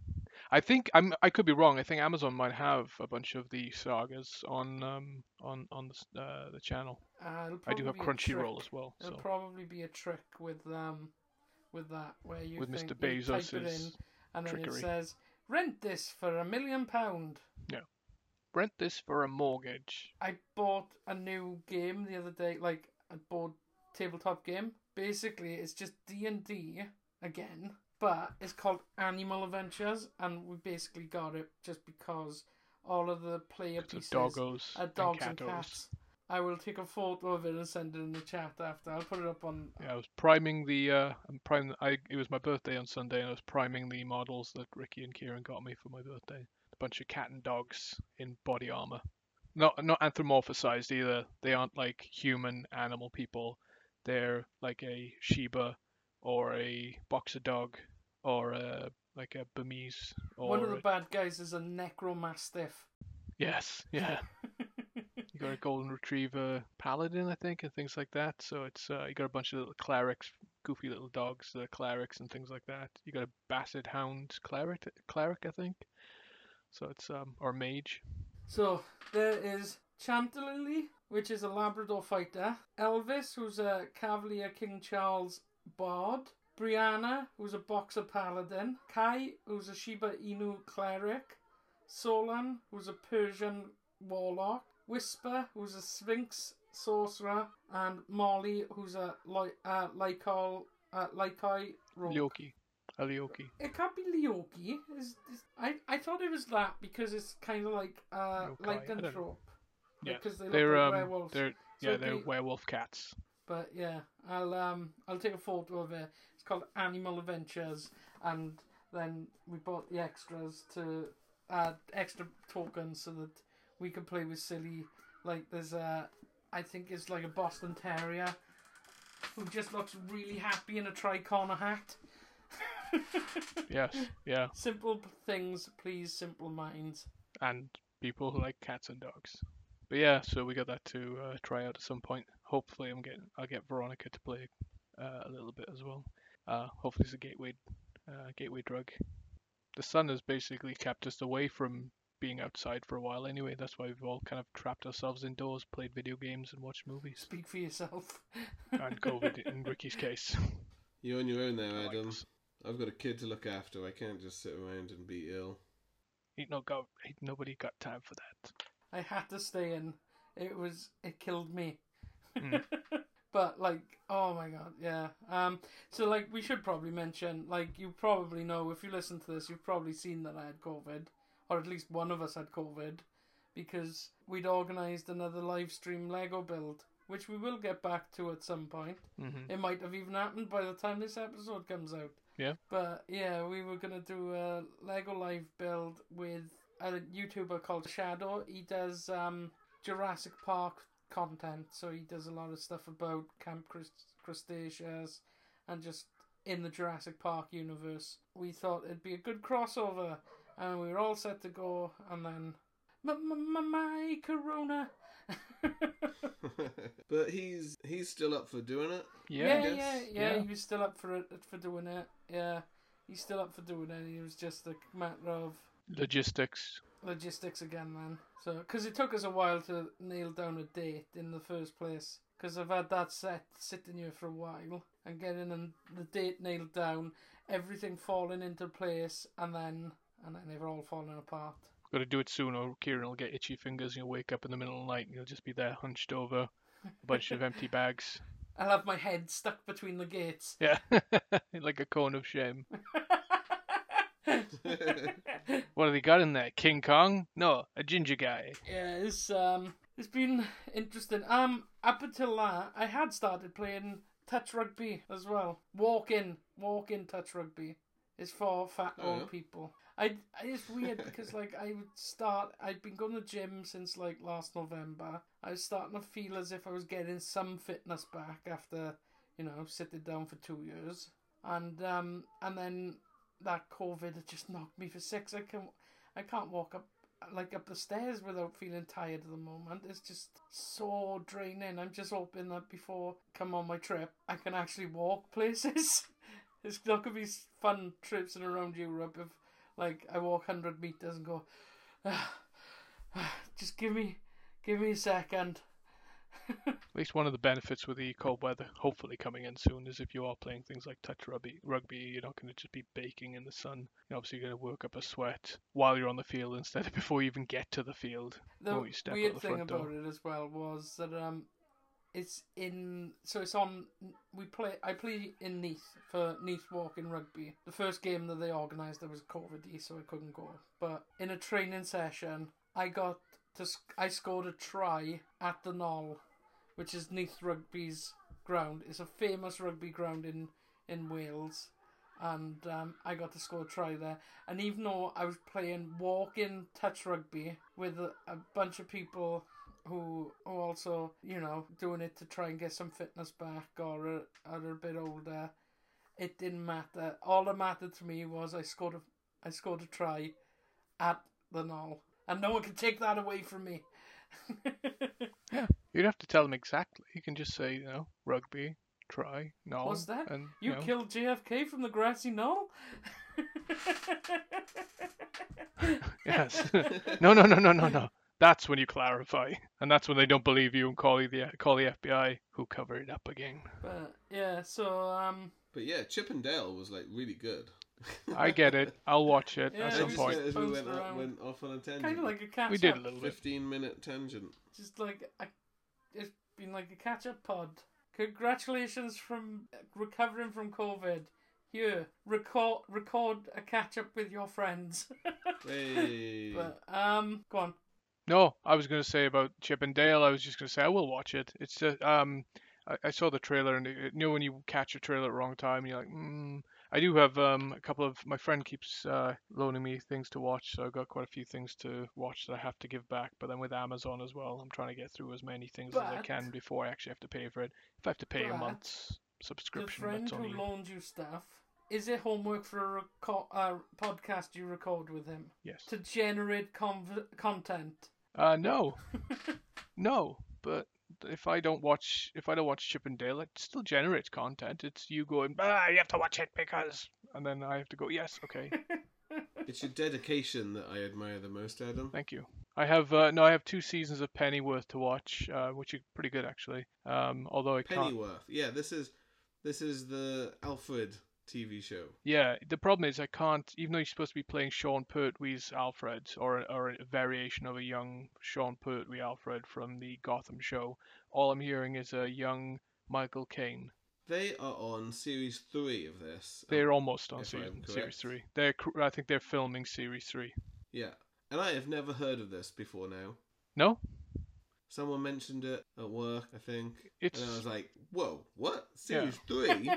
Speaker 3: I think I'm. I could be wrong. I think Amazon might have a bunch of the sagas on um on on the s- uh, the channel.
Speaker 1: Uh, it'll
Speaker 3: I do have
Speaker 1: probably be a
Speaker 3: Crunchyroll
Speaker 1: trick.
Speaker 3: as well.
Speaker 1: It'll
Speaker 3: So
Speaker 1: probably be a trick with um, with that where you
Speaker 3: with
Speaker 1: think
Speaker 3: Mr.
Speaker 1: you type it in
Speaker 3: Bezos's
Speaker 1: and then it
Speaker 3: trickery.
Speaker 1: says rent this for a million pound.
Speaker 3: rent this for a mortgage.
Speaker 1: I bought a new game the other day, like a board tabletop game. Basically, it's just D and D again, but it's called Animal Adventures, and we basically got it just because all of the player
Speaker 3: It's a
Speaker 1: pieces
Speaker 3: doggos
Speaker 1: uh,
Speaker 3: and
Speaker 1: dogs and
Speaker 3: cattos.
Speaker 1: cats. I will take a photo of it and send it in the chat after. I'll put it up on
Speaker 3: Yeah, I was priming the. Uh, I'm priming. I it was my birthday on Sunday, and I was priming the models that Ricky and Kieran got me for my birthday. A bunch of cat and dogs in body armor. Not not anthropomorphized either. They aren't like human animal people. They're like a Sheba, or a boxer dog, or a like a Burmese. Or
Speaker 1: One of the
Speaker 3: a-
Speaker 1: bad guys is a necromastiff.
Speaker 3: yes, yeah. you got a golden retriever paladin, I think, and things like that. So it's uh, you got a bunch of little clerics, goofy little dogs, the clerics and things like that. You got a basset hound cleric, cleric, I think. So it's um or mage.
Speaker 1: So there is Chantilly, which is a Labrador fighter. Elvis, who's a Cavalier King Charles bard. Brianna, who's a boxer paladin. Kai, who's a Shiba Inu cleric. Solan, who's a Persian warlock, Whisper, who's a sphinx sorcerer, and Molly, who's a Ly- uh, Lycal, uh, Lycai rogue.
Speaker 3: Lyoki. A Lyoki.
Speaker 1: It can't be Lyoki. Is I I thought it was that because it's kind of like uh,
Speaker 3: Yokai, I don't know.
Speaker 1: lycanthrope.
Speaker 3: Yeah,
Speaker 1: because they look
Speaker 3: They're
Speaker 1: like
Speaker 3: um
Speaker 1: werewolves.
Speaker 3: they're
Speaker 1: So
Speaker 3: yeah, they're
Speaker 1: they-
Speaker 3: werewolf cats.
Speaker 1: But yeah, I'll um I'll take a photo of it. It's called Animal Adventures, and then we bought the extras to add extra tokens so that we can play with silly. Like there's a, I think it's like a Boston Terrier, who just looks really happy in a tricorner hat.
Speaker 3: Yes. Yeah.
Speaker 1: Simple p- things, please. Simple minds.
Speaker 3: And people who like cats and dogs. But yeah, so we got that to uh, try out at some point. Hopefully I'm getting I'll get Veronica to play uh, a little bit as well. Uh, hopefully it's a gateway uh, gateway drug. The sun has basically kept us away from being outside for a while anyway. That's why we've all kind of trapped ourselves indoors, played video games and watched movies.
Speaker 1: Speak for yourself.
Speaker 3: And COVID in Ricky's case.
Speaker 2: You're on your own there,
Speaker 3: I like
Speaker 2: Adam.
Speaker 3: this.
Speaker 2: I've got a kid to look after. I can't just sit around and be ill.
Speaker 3: Ain't no got ain't nobody got time for that.
Speaker 1: I had to stay in. It was it killed me.
Speaker 3: Mm.
Speaker 1: but like, oh my god, yeah. Um, so like, we should probably mention, like, you probably know if you listen to this, you've probably seen that I had COVID, or at least one of us had COVID, because we'd organised another live stream Lego build, which we will get back to at some point.
Speaker 3: hmm
Speaker 1: It might have even happened by the time this episode comes out.
Speaker 3: Yeah.
Speaker 1: But yeah, we were gonna do a Lego Live build with a YouTuber called Shadow. He does um Jurassic Park content, so he does a lot of stuff about Camp Crust- Crustaceans and just in the Jurassic Park universe. We thought it'd be a good crossover, and we were all set to go, and then. m- m- m- My Corona!
Speaker 2: but he's he's still up for doing it.
Speaker 1: Yeah,
Speaker 3: Yeah.
Speaker 1: yeah,
Speaker 2: I
Speaker 1: yeah,
Speaker 2: guess,
Speaker 3: yeah.
Speaker 1: He was still up for it for doing it. Yeah, he's still up for doing it. It was just a matter of
Speaker 3: Logistics.
Speaker 1: logistics again, man. So, because it took us a while to nail down a date in the first place. Because I've had that set sitting here for a while and getting an- the date nailed down, everything falling into place, and then and then they're all falling apart.
Speaker 3: Gotta do it soon or Kieran will get itchy fingers and you'll wake up in the middle of the night and you'll just be there hunched over a bunch of empty bags.
Speaker 1: I'll have my head stuck between the gates.
Speaker 3: Yeah. like a cone of shame. What have they got in there? King Kong? No, a ginger guy.
Speaker 1: Yeah, it's um, it's been interesting. Um, up until that, I had started playing touch rugby as well. Walk in, walk in touch rugby. It's for fat
Speaker 2: Oh,
Speaker 1: old
Speaker 2: yeah?
Speaker 1: people. I I- it's weird because like I would start. I'd been going to the gym since like last November. I was starting to feel as if I was getting some fitness back after you know sitting down for two years, and um, and then that COVID had just knocked me for six. I can I can't walk up like up the stairs without feeling tired at the moment. It's just so draining. I'm just hoping that before I come on my trip, I can actually walk places. it's not gonna be s- fun trips in around Europe if, like, I walk hundred meters and go, "Ah, ah, just give me, give me a second.
Speaker 3: At least one of the benefits with the cold weather hopefully coming in soon is if you are playing things like touch rugby, rugby you're not going to just be baking in the sun. You're obviously going to work up a sweat while you're on the field instead of before you even get to the field.
Speaker 1: the
Speaker 3: Oh, you step out
Speaker 1: weird
Speaker 3: the
Speaker 1: thing
Speaker 3: front door.
Speaker 1: about it as well was that um, it's in so it's on. We play. I play in Neath for Neath Walking Rugby. The first game that they organised, there was COVID, so I couldn't go. But in a training session, I got to. sc- I scored a try at the Knoll, which is Neath Rugby's ground. It's a famous rugby ground in in Wales. And um, I got to score a try there. And even though I was playing walking touch rugby with a, a bunch of people who are also, you know, doing it to try and get some fitness back or are, are a bit older, it didn't matter. All that mattered to me was I scored a, I scored a try at the Knoll. And no one can take that away from me.
Speaker 3: You'd have to tell them exactly. You can just say, you know, rugby, try, no.
Speaker 1: What's that?
Speaker 3: And,
Speaker 1: You
Speaker 3: know,
Speaker 1: killed JFK from the grassy knoll?
Speaker 3: Yes. no, no, no, no, no, no. That's when you clarify, and that's when they don't believe you and call you the call the FBI, who cover it up again.
Speaker 1: But yeah, so um,
Speaker 2: But yeah, Chippendale was like really good.
Speaker 3: I get it. I'll watch it
Speaker 1: Yeah,
Speaker 3: at
Speaker 2: I
Speaker 3: some
Speaker 2: just
Speaker 3: point.
Speaker 2: noticed we
Speaker 1: Bounced
Speaker 2: went,
Speaker 1: around.
Speaker 2: went off on a tangent.
Speaker 1: Kind of like a catch
Speaker 3: We did a
Speaker 1: up.
Speaker 3: little bit.
Speaker 2: 15 minute tangent.
Speaker 1: Just like I, it's been like a catch up pod. Congratulations from recovering from COVID. Here, record record a catch up with your friends.
Speaker 2: Hey.
Speaker 1: but um, go on.
Speaker 3: No, I was going to say about Chip and Dale. I was just going to say I will watch it. It's just um, I, I saw the trailer and it, it- you know when you catch a trailer at the wrong time, you're like, mm. I do have um a couple of my friend keeps uh, loaning me things to watch, so I've got quite a few things to watch that I have to give back. But then with Amazon as well, I'm trying to get through as many things as I
Speaker 1: But-
Speaker 3: can before I actually have to pay for it. If I have to pay a
Speaker 1: but
Speaker 3: month's
Speaker 1: The
Speaker 3: subscription,
Speaker 1: friend
Speaker 3: that's
Speaker 1: who
Speaker 3: only
Speaker 1: loaned you stuff. Is it homework for a reco- uh, podcast you record with him
Speaker 3: yes.
Speaker 1: to generate conv- content?
Speaker 3: Uh, no, no. But if I don't watch, if I don't watch Chip and Dale, it still generates content. It's you going, ah, you have to watch it because, and then I have to go, yes, okay,
Speaker 2: It's your dedication that I admire the most, Adam.
Speaker 3: thank you. I have uh, no, I have two seasons of Pennyworth to watch, uh, which are pretty good actually. Um, although I can't.
Speaker 2: Pennyworth. Yeah, this is this is the Alfred TV show.
Speaker 3: Yeah, the problem is I can't. Even though you're supposed to be playing Sean Pertwee's Alfred, or or a variation of a young Sean Pertwee Alfred from the Gotham show, all I'm hearing is a young Michael Caine.
Speaker 2: They are on series three of this.
Speaker 3: They're almost on
Speaker 2: if I'm
Speaker 3: season,
Speaker 2: correct.
Speaker 3: series three. They're, cr- I think they're filming series three.
Speaker 2: Yeah, and I have never heard of this before now.
Speaker 3: No,
Speaker 2: Someone mentioned it at work, I think,
Speaker 3: it's
Speaker 2: and I was like, "Whoa, what? Series three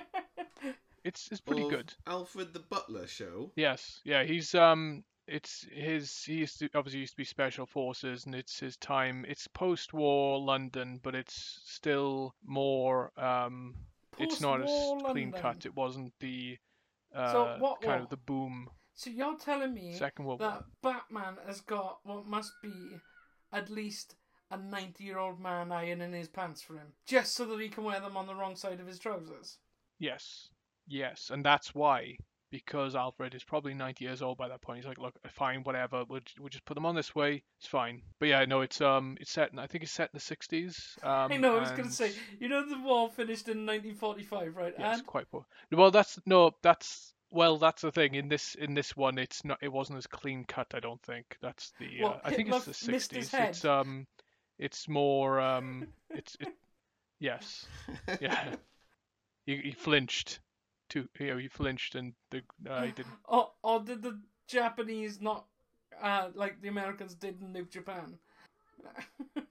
Speaker 3: it's it's pretty
Speaker 2: of
Speaker 3: good.
Speaker 2: Alfred the Butler show?
Speaker 3: Yes, yeah, he's um, it's his. He used to obviously used to be special forces, and it's his time. It's post-war London, but it's still more um, it's not as
Speaker 1: Post-war
Speaker 3: clean
Speaker 1: London.
Speaker 3: cut. It wasn't the uh,
Speaker 1: what
Speaker 3: kind
Speaker 1: war?
Speaker 3: of the boom
Speaker 1: So you're telling me
Speaker 3: Second World War.
Speaker 1: that Batman has got what must be at least a 90 year old man ironing his pants for him, just so that he can wear them on the wrong side of his trousers.
Speaker 3: Yes, yes, and that's why because Alfred is probably 90 years old by that point. He's like, look, fine, whatever. We'll, j- we'll just put them on this way. It's fine. But yeah, no, it's um, it's set. In, I think it's set in the 60s. Um,
Speaker 1: I know, I was going
Speaker 3: and-
Speaker 1: to say, you know, the war finished in 1945, right?
Speaker 3: yeah, it's
Speaker 1: and
Speaker 3: quite poor. Well, that's no, that's well, that's the thing. In this in this one, it's not. It wasn't as clean cut. I don't think. That's the.
Speaker 1: Well,
Speaker 3: uh, I think it's
Speaker 1: Hitler
Speaker 3: the
Speaker 1: f- missed
Speaker 3: 60s.
Speaker 1: his
Speaker 3: It's
Speaker 1: head.
Speaker 3: um, it's more um, it's it, yes. Yeah. He, he flinched. Too, you know, he flinched and the, uh, he didn't.
Speaker 1: or, or did the Japanese not, uh, like the Americans did in Nuke Japan?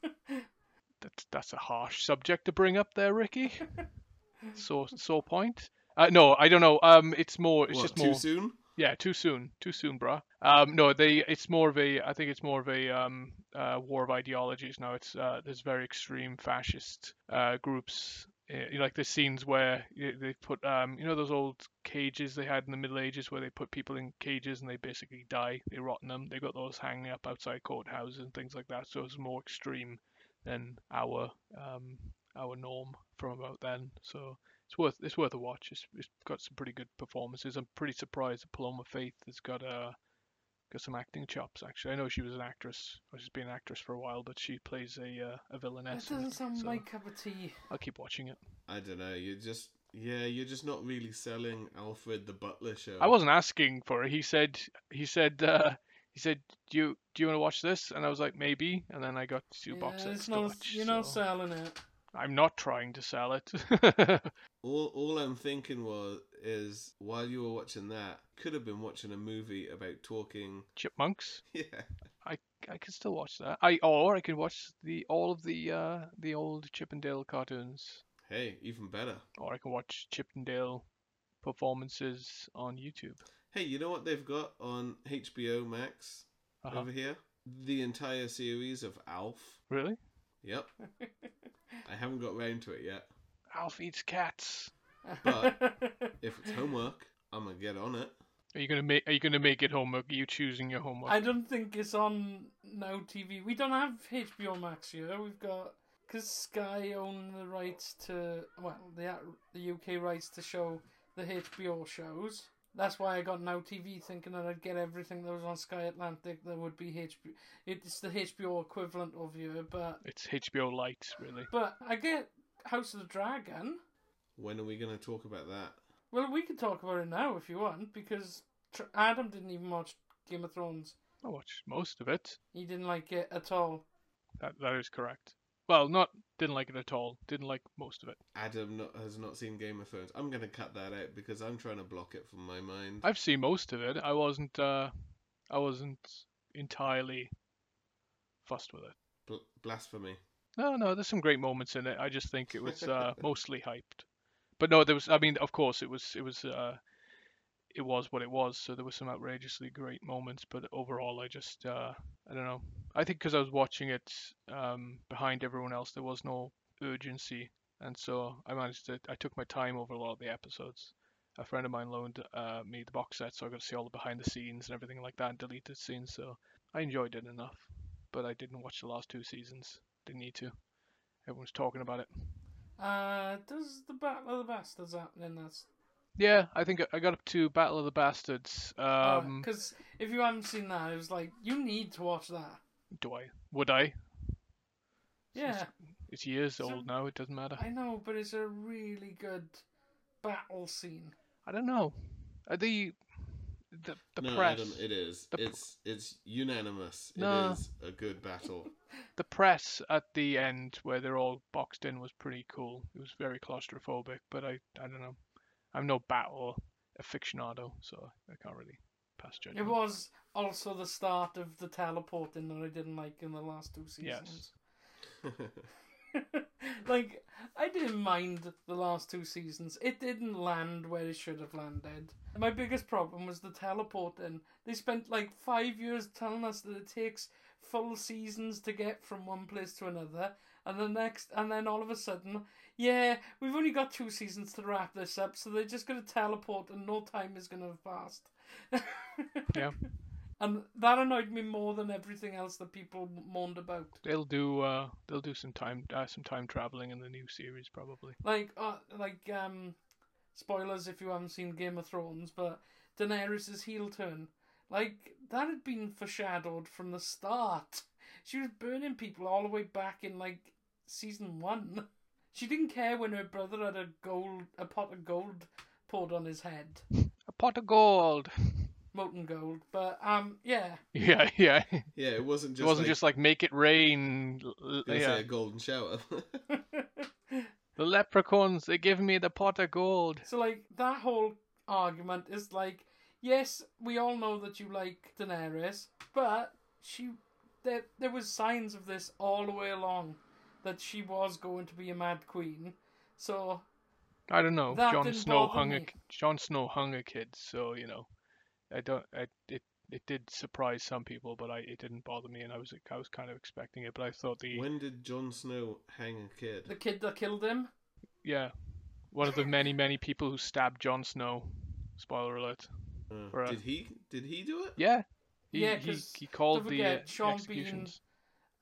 Speaker 3: That's, that's a harsh subject to bring up there, Ricky. Sore, sore point. Uh, no, I don't know. Um, it's more. It's
Speaker 2: what,
Speaker 3: just
Speaker 2: too
Speaker 3: more.
Speaker 2: soon?
Speaker 3: Yeah, too soon. Too soon, bruh. Um, no, they. It's more of a. I think it's more of a um, uh, war of ideologies now. It's uh, there's very extreme fascist uh, groups. eh, Like the scenes where eh, they put, um, you know, those old cages they had in the Middle Ages, where they put people in cages and they basically die. They rot in them. They got those hanging up outside courthouses and things like that. So it's more extreme than our um, our norm from about then. So it's worth it's worth a watch. It's, it's got some pretty good performances. I'm pretty surprised that Paloma Faith has got uh, got some acting chops. Actually, I know she was an actress. Or she's been an actress for a while, but she plays a uh, a
Speaker 1: That
Speaker 3: villainess. in
Speaker 1: doesn't
Speaker 3: it,
Speaker 1: sound
Speaker 3: so
Speaker 1: my cup of tea.
Speaker 3: I'll keep watching it.
Speaker 2: I don't know. You're just yeah, you're just not really selling Alfred the Butler show.
Speaker 3: I wasn't asking for it. He said he said uh, he said do you do you want to watch this? And I was like maybe. And then I got two
Speaker 1: Yeah,
Speaker 3: boxes
Speaker 1: it's
Speaker 3: to
Speaker 1: no, uh,
Speaker 3: watch.
Speaker 1: you're not
Speaker 3: so
Speaker 1: selling it.
Speaker 3: I'm not trying to sell it.
Speaker 2: All all I'm thinking was is while you were watching that, could have been watching a movie about talking.
Speaker 3: Chipmunks.
Speaker 2: Yeah,
Speaker 3: I can still watch that. I or I can watch the all of the uh the old Chip and Dale cartoons,
Speaker 2: hey, even better.
Speaker 3: or I can watch Chip and Dale performances on YouTube.
Speaker 2: Hey, you know what they've got on HBO Max
Speaker 3: Uh-huh.
Speaker 2: over here? The entire series of Alf.
Speaker 3: Really?
Speaker 2: Yep, I haven't got round to it yet.
Speaker 3: Alf eats cats.
Speaker 2: If it's homework, I'm gonna get on it.
Speaker 3: Are you gonna make Are you gonna make it homework? Are you choosing your homework?
Speaker 1: I don't think it's on Now TV. We don't have HBO Max here. We've got because Sky own the rights to well the the UK rights to show the HBO shows. That's why I got Now TV, thinking that I'd get everything that was on Sky Atlantic that would be HBO. It's the HBO equivalent of here, but
Speaker 3: It's HBO Light, really.
Speaker 1: but I get House of the Dragon.
Speaker 2: When are we gonna talk about that?
Speaker 1: Well, we can talk about it now if you want, because Tr- Adam didn't even watch Game of Thrones.
Speaker 3: I watched most of it.
Speaker 1: He didn't like it at all.
Speaker 3: That that is correct. Well, not didn't like it at all. Didn't like most of it.
Speaker 2: Adam not, has not seen Game of Thrones. I'm going to cut that out because I'm trying to block it from my mind.
Speaker 3: I've seen most of it. I wasn't uh, I wasn't entirely fussed with it.
Speaker 2: Bl- blasphemy.
Speaker 3: No, no, there's some great moments in it. I just think it was uh, mostly hyped. But no, there was. I mean, of course, it was. It was. Uh, it was what it was. So there were some outrageously great moments, but overall, I just. Uh, I don't know. I think because I was watching it um, behind everyone else, there was no urgency, and so I managed to. I took my time over a lot of the episodes. A friend of mine loaned uh, me the box set, so I got to see all the behind the scenes and everything like that, and deleted scenes. So I enjoyed it enough, but I didn't watch the last two seasons. Didn't need to. Everyone's talking about it.
Speaker 1: Uh, does the Battle of the Bastards happen in that?
Speaker 3: Yeah, I think I got up to Battle of the Bastards. Um,
Speaker 1: Because uh, if you haven't seen that, it was like you need to watch that.
Speaker 3: do I? Would I?
Speaker 1: Yeah,
Speaker 3: It's years
Speaker 1: So-
Speaker 3: old now. It doesn't matter.
Speaker 1: I know, but it's a really good battle scene.
Speaker 3: I don't know. Uh, The the the
Speaker 2: no,
Speaker 3: press
Speaker 2: Adam, it is.
Speaker 3: The pr-
Speaker 2: it's it's unanimous. It
Speaker 3: No.
Speaker 2: is a good battle.
Speaker 3: the press at the end where they're all boxed in was pretty cool. It was very claustrophobic, but I I don't know. I'm no battle aficionado, so I can't really pass
Speaker 1: It
Speaker 3: judgment.
Speaker 1: was also the start of the teleporting that I didn't like in the last two seasons. like I didn't mind the last two seasons. It didn't land where it should have landed. My biggest problem was the teleporting. They spent like five years telling us that it takes full seasons to get from one place to another, and the next, and then all of a sudden, yeah, we've only got two seasons to wrap this up, so they're just gonna teleport, and no time is gonna have passed.
Speaker 3: Yeah.
Speaker 1: And that annoyed me more than everything else that people moaned about.
Speaker 3: They'll do uh they'll do some time uh, some time traveling in the new series probably.
Speaker 1: like uh, like um spoilers if you haven't seen Game of Thrones, but Daenerys' heel turn. Like that had been foreshadowed from the start. She was burning people all the way back in like season one. She didn't care when her brother had a gold a pot of gold poured on his head.
Speaker 3: A pot of gold.
Speaker 1: Molten gold. But um yeah.
Speaker 3: Yeah, yeah.
Speaker 2: yeah, it wasn't just.
Speaker 3: it wasn't
Speaker 2: like,
Speaker 3: just like make it rain. l-
Speaker 2: gonna
Speaker 3: yeah.
Speaker 2: say a golden shower.
Speaker 3: The leprechauns, they give me the pot of gold.
Speaker 1: So like that whole argument is like, yes, we all know that you like Daenerys, but she there there was signs of this all the way along that she was going to be a mad queen. So
Speaker 3: I don't know.
Speaker 1: That
Speaker 3: Jon
Speaker 1: didn't
Speaker 3: Snow
Speaker 1: bother
Speaker 3: hung a
Speaker 1: me.
Speaker 3: Jon Snow hung a kid, so you know, I don't. I, it it did surprise some people, but I it didn't bother me, and I was I was kind of expecting it, but I thought the
Speaker 2: when did Jon Snow hang a kid?
Speaker 1: the kid that killed him.
Speaker 3: yeah, one of the many many people who stabbed Jon Snow. Spoiler alert.
Speaker 2: Uh,
Speaker 3: for a-
Speaker 2: did he? Did he do it?
Speaker 3: Yeah. He,
Speaker 1: Yeah,
Speaker 3: he,
Speaker 1: 'cause
Speaker 3: he called
Speaker 1: don't
Speaker 3: the
Speaker 1: forget,
Speaker 3: uh,
Speaker 1: Sean Bean-
Speaker 3: executions.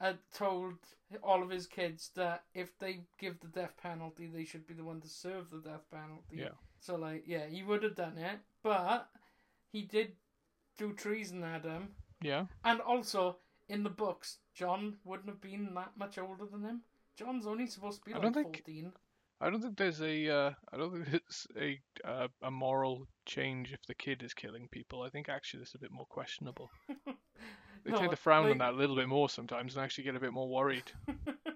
Speaker 1: Had told all of his kids that if they give the death penalty, they should be the one to serve the death penalty.
Speaker 3: Yeah.
Speaker 1: So like, yeah, he would have done it, but he did do treason, Adam.
Speaker 3: Yeah,
Speaker 1: And also, in the books, John wouldn't have been that much older than him. John's only supposed to be
Speaker 3: I
Speaker 1: like
Speaker 3: don't think-
Speaker 1: 14.
Speaker 3: I don't think there's a uh, I don't think it's a uh, a moral change if the kid is killing people. I think actually it's a bit more questionable. They
Speaker 1: No,
Speaker 3: tend to frown
Speaker 1: like-
Speaker 3: on that a little bit more sometimes, and actually get a bit more worried.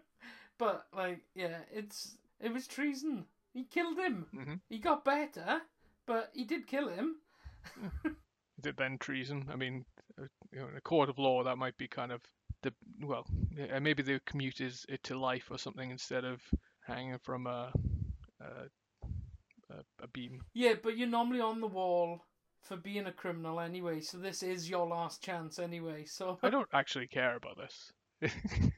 Speaker 1: But, like, yeah, it's it was treason. He killed him.
Speaker 3: Mhm.
Speaker 1: He got better, but he did kill him.
Speaker 3: Is it then treason? I mean, uh, you know, in a court of law, that might be kind of the well, yeah, maybe the commute is it to life or something instead of hanging from a a, a, a beam.
Speaker 1: Yeah, but you're normally on the wall for being a criminal anyway, so this is your last chance anyway. So,
Speaker 3: I don't actually care about this.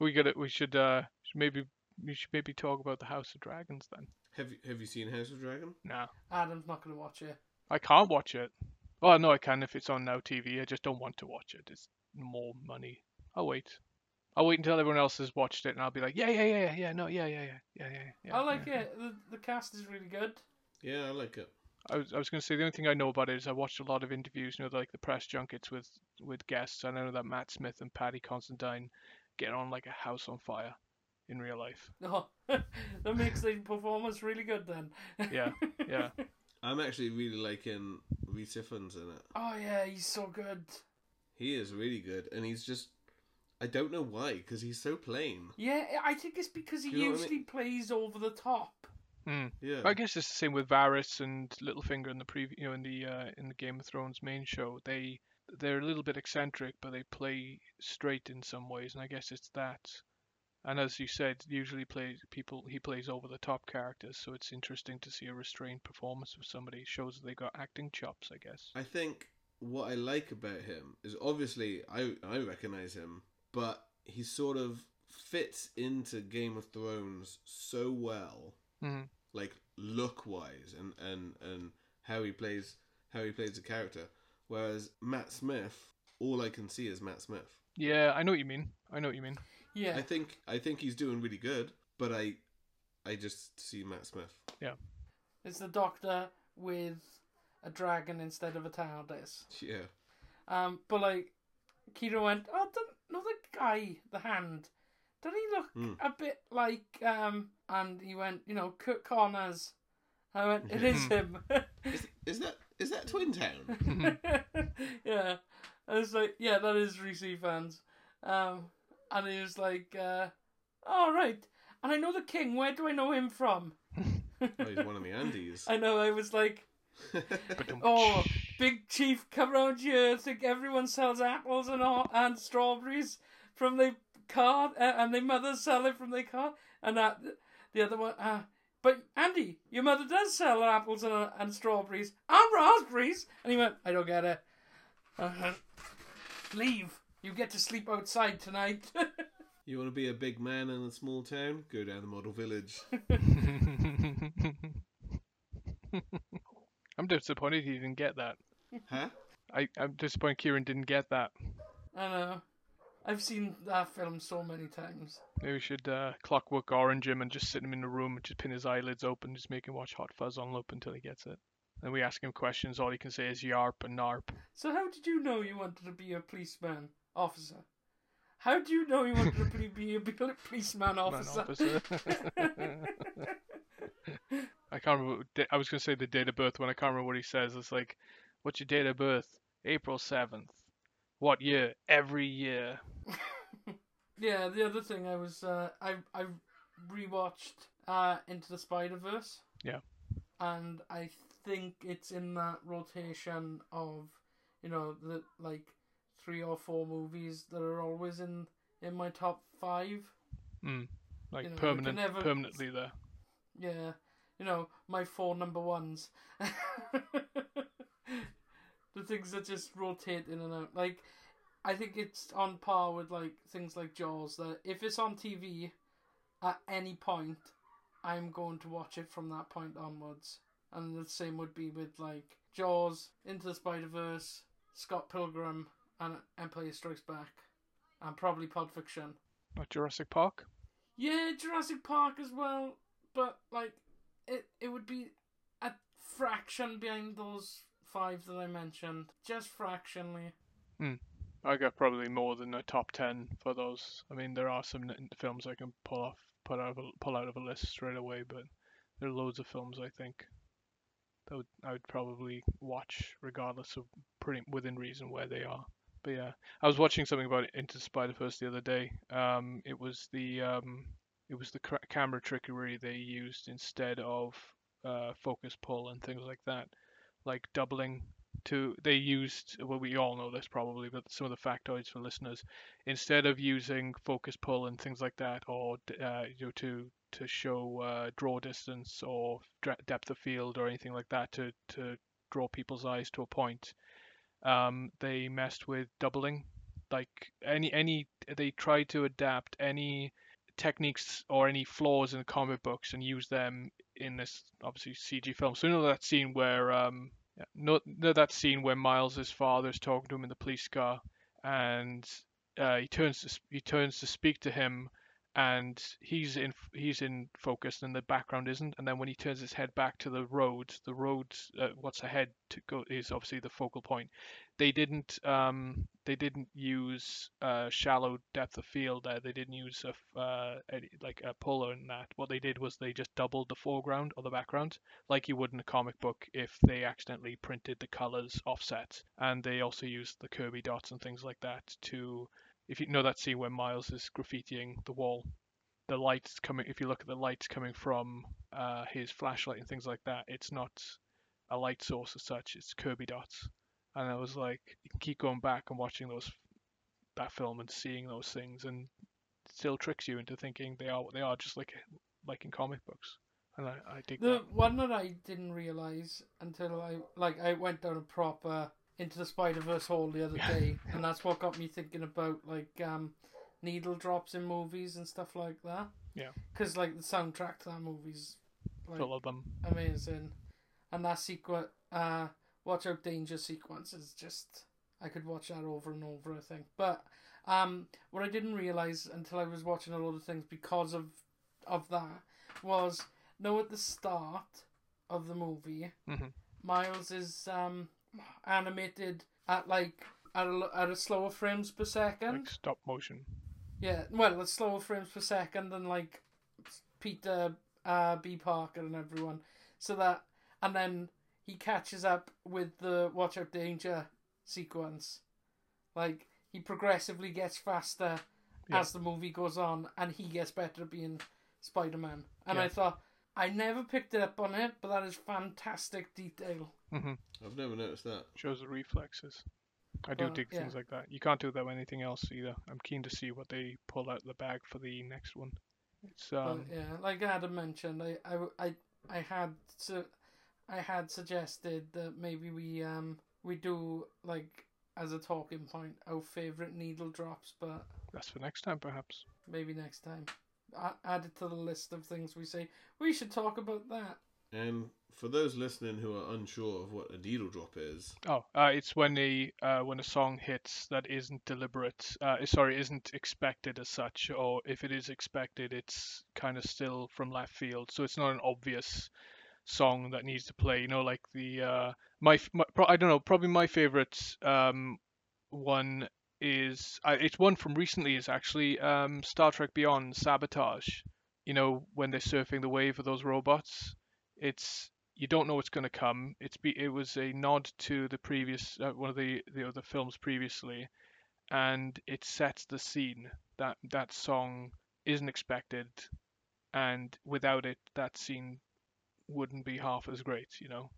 Speaker 3: we got it. We should uh, should maybe we should maybe talk about the House of Dragons then.
Speaker 2: Have you Have you seen House of Dragon?
Speaker 3: Nah,
Speaker 1: Adam's not going to watch it.
Speaker 3: I can't watch it. Oh no, I can if it's on Now TV. I just don't want to watch it. It's more money. I'll wait. I'll wait until everyone else has watched it, and I'll be like, yeah, yeah, yeah, yeah, yeah, no, yeah, yeah, yeah, yeah, yeah. yeah
Speaker 1: I like
Speaker 3: yeah.
Speaker 1: it. The, the cast is really good.
Speaker 2: Yeah, I like it.
Speaker 3: I was, I was going to say the only thing I know about it is I watched a lot of interviews, you know, like the press junkets with with guests. I know that Matt Smith and Paddy Constantine get on like a house on fire in real life.
Speaker 1: Oh, that makes the performance really good then.
Speaker 3: Yeah, yeah.
Speaker 2: I'm actually really liking Reed Tiffins in it.
Speaker 1: Oh yeah, he's so good.
Speaker 2: He is really good, and he's just. I don't know why, because he's so plain.
Speaker 1: Yeah, I think it's because he
Speaker 2: Do you know what I
Speaker 1: usually plays over the top.
Speaker 3: Mm.
Speaker 2: Yeah.
Speaker 3: I guess it's the same with Varys and Littlefinger in the preview, you know, in the uh, in the Game of Thrones main show. They they're a little bit eccentric, but they play straight in some ways, and I guess it's that. And as you said, usually plays people he plays over the top characters, so it's interesting to see a restrained performance of somebody. It shows that they got acting chops, I guess.
Speaker 2: I think what I like about him is obviously I I recognize him, but he sort of fits into Game of Thrones so well,
Speaker 3: Mhm.
Speaker 2: like look wise and and and how he plays how he plays the character. Whereas Matt Smith, all I can see is Matt Smith.
Speaker 3: Yeah, I know what you mean. I know what you mean.
Speaker 1: Yeah,
Speaker 2: I think I think he's doing really good, but I I just see Matt Smith.
Speaker 1: it's the Doctor with a dragon instead of a TARDIS.
Speaker 2: Yeah,
Speaker 1: Um, but like, Kira went, oh, don't, no, the guy, the hand, did he look
Speaker 2: Hmm.
Speaker 1: a bit like, um, and he went, you know, Kurt Connors. I went, it is him.
Speaker 2: is, is that is that Twin Town?
Speaker 3: Hmm.
Speaker 1: yeah. I was like, yeah, that is Reese fans. Um, and he was like, uh, all right. And I know the king. Where do I know him from?
Speaker 2: oh, he's one of the Andes.
Speaker 1: I know. I was like, Oh, Big Chief, come round here. Think everyone sells apples and all, and strawberries from their cart, uh, and their mothers sell it from their cart. And that the other one. Uh, but Andy, your mother does sell apples and, and strawberries and raspberries. And he went, I don't get it. Uh, leave. You get to sleep outside tonight.
Speaker 2: You want to be a big man in a small town? Go down the model village.
Speaker 3: I'm disappointed he didn't get that.
Speaker 2: huh?
Speaker 3: I, I'm disappointed Kieran didn't get that.
Speaker 1: I know. I've seen that film so many times.
Speaker 3: Maybe we should uh, clockwork orange him and just sit him in a room and just pin his eyelids open, just make him watch Hot Fuzz on loop until he gets it. Then we ask him questions, all he can say is yarp and narp.
Speaker 1: So how did you know you wanted to be a policeman officer? How do you know you wanted to be- be a pol- policeman
Speaker 3: Man,
Speaker 1: officer?
Speaker 3: officer. I can't remember. what da- I was going to say the date of birth when I can't remember what he says. It's like, what's your date of birth? April 7th. What year? Every year.
Speaker 1: yeah, the other thing I was uh, I I rewatched uh, Into the Spider Verse.
Speaker 3: Yeah.
Speaker 1: And I think it's in that rotation of you know the like three or four movies that are always in in my top five.
Speaker 3: Mm. Like
Speaker 1: You know, you can
Speaker 3: permanent,
Speaker 1: never-
Speaker 3: permanently there.
Speaker 1: Yeah, you know, my four number ones. the things that just rotate in and out. Like, I think it's on par with like things like Jaws. That if it's on TV at any point, I'm going to watch it from that point onwards. And the same would be with like Jaws, Into the Spider Verse, Scott Pilgrim, and Empire Strikes Back, and probably Pulp Fiction.
Speaker 3: Not Jurassic Park.
Speaker 1: Yeah, Jurassic Park as well, but like it it would be a fraction behind those five that I mentioned, just fractionally.
Speaker 3: I got probably more than a top ten for those. I mean, there are some n- films I can pull off, put out of a, pull out of a list straight away, but there are loads of films I think that would, I would probably watch regardless of pretty within reason where they are. But yeah, I was watching something about Into Spider Verse the other day. Um, it was the um, it was the cra- camera trickery they used instead of uh, focus pull and things like that, like doubling to they used well we all know this probably but some of the factoids for listeners instead of using focus pull and things like that or d- uh, you know to to show uh, draw distance or dra- depth of field or anything like that to to draw people's eyes to a point um, they messed with doubling like any any they tried to adapt any techniques or any flaws in the comic books and use them in this obviously CG film so you know that scene where um yeah, no, no, that scene where Miles's father is talking to him in the police car, and uh, he turns to sp- he turns to speak to him, and he's in he's in focus and the background isn't and then when he turns his head back to the road the road uh, what's ahead to go is obviously the focal point they didn't um they didn't use uh shallow depth of field there they didn't use a f- uh any, like a puller in that what they did was they just doubled the foreground or the background like you would in a comic book if they accidentally printed the colors offset and they also used the kirby dots and things like that to if you know that scene where Miles is graffitiing the wall, the lights coming. If you look at the lights coming from uh, his flashlight and things like that, it's not a light source as such. It's Kirby dots, and I was like, you can keep going back and watching those that film and seeing those things, and still tricks you into thinking they are what they are, just like like in comic books. And I, I dig
Speaker 1: The
Speaker 3: that.
Speaker 1: one that I didn't realize until I like I went down a proper into the Spider Verse hole the other day, and that's what got me thinking about like um, needle drops in movies and stuff like that.
Speaker 3: Yeah.
Speaker 1: Because like the soundtrack to that movie's like
Speaker 3: Full of them.
Speaker 1: amazing, and that sequence, uh, Watch Out Danger sequence is just I could watch that over and over. I think, but um, what I didn't realize until I was watching a lot of things because of of that was no at the start of the movie,
Speaker 3: Mhm.
Speaker 1: Miles is um animated at like at a, l- at a slower frames per second.
Speaker 3: Like stop motion.
Speaker 1: Yeah, well, it's slower frames per second than like Peter uh, B. Parker and everyone. So that, and then he catches up with the Watch Out Danger sequence. Like he progressively gets faster
Speaker 3: Yeah.
Speaker 1: as the movie goes on, and he gets better at being Spider Man. And I
Speaker 3: Yeah.
Speaker 1: thought I never picked it up on it, but that is fantastic detail.
Speaker 3: hmm
Speaker 2: I've never noticed that.
Speaker 3: Shows the reflexes. I do
Speaker 1: Well,
Speaker 3: dig
Speaker 1: Oh, yeah.
Speaker 3: things like that. You can't do that with anything else either. I'm keen to see what they pull out the bag for the next one. It's um
Speaker 1: but yeah, like Adam mentioned, I, I, w- I, I had su- I had suggested that maybe we um we do like as a talking point our favorite needle drops, but
Speaker 3: that's for next time perhaps.
Speaker 1: maybe next time A- add it to the list of things we say we should talk about that.
Speaker 2: And for those listening who are unsure of what a needle drop is,
Speaker 3: Oh, uh, it's when the uh, when a song hits that isn't deliberate. Uh, sorry, isn't expected as such, or if it is expected, it's kind of still from left field. So it's not an obvious song that needs to play. You know, like the uh, my, f- my pro- I don't know, probably my favorite um, one is I it's one from recently. Is actually um, Star Trek Beyond Sabotage. You know, when they're surfing the wave of those robots, it's you don't know what's going to come. It's be it was a nod to the previous uh, one of the the other films previously, and it sets the scene. That that song isn't expected, and without it, that scene wouldn't be half as great, you know.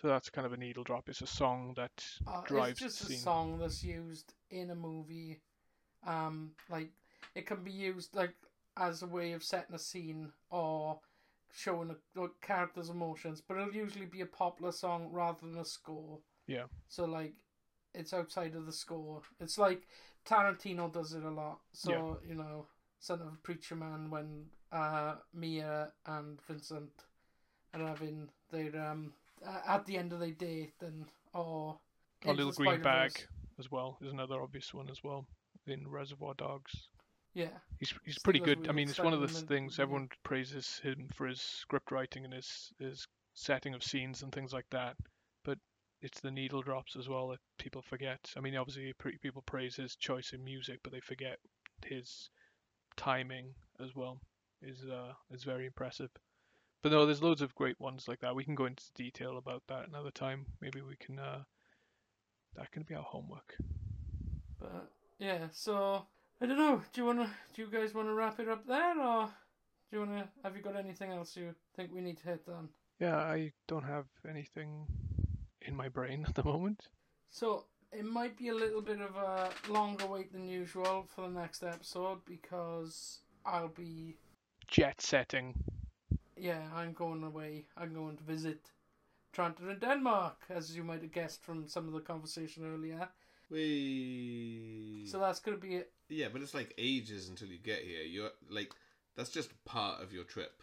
Speaker 3: So that's kind of a needle drop. It's a song that
Speaker 1: Uh,
Speaker 3: drives
Speaker 1: it's just
Speaker 3: the
Speaker 1: a
Speaker 3: scene.
Speaker 1: song that's used in a movie, um, like it can be used like as a way of setting a scene or showing a, a character's emotions, but it'll usually be a popular song rather than a score.
Speaker 3: Yeah.
Speaker 1: So like, it's outside of the score. It's like Tarantino does it a lot. So you know, son of a preacher man when uh Mia and Vincent are having their um a- at the end of their date and or
Speaker 3: A
Speaker 1: Into
Speaker 3: little
Speaker 1: the
Speaker 3: green bag
Speaker 1: Spider-Verse.
Speaker 3: as well is another obvious one as well in Reservoir Dogs.
Speaker 1: Yeah.
Speaker 3: He's he's
Speaker 1: Steve
Speaker 3: pretty
Speaker 1: Irwin
Speaker 3: good. I
Speaker 1: would
Speaker 3: mean, it's
Speaker 1: start
Speaker 3: one of
Speaker 1: him
Speaker 3: those
Speaker 1: in-
Speaker 3: things
Speaker 1: yeah.
Speaker 3: everyone praises him for his script writing and his his setting of scenes and things like that. But it's the needle drops as well that people forget. I mean, obviously pre- people praise his choice in music, but they forget his timing as well is uh is very impressive. But no, there's loads of great ones like that. We can go into detail about that another time. Maybe we can. uh That can be our homework.
Speaker 1: But yeah, so I don't know. Do you wanna? Do you guys wanna wrap it up there, or do you wanna? Have you got anything else you think we need to hit on?
Speaker 3: Yeah, I don't have anything in my brain at the moment.
Speaker 1: So it might be a little bit of a longer wait than usual for the next episode because I'll be
Speaker 3: jet setting.
Speaker 1: yeah I'm going away. I'm going to visit Tranter in Denmark, as you might have guessed from some of the conversation earlier.
Speaker 2: we.
Speaker 1: So that's gonna be it.
Speaker 2: yeah, but it's like ages until you get here. You're like, that's just part of your trip.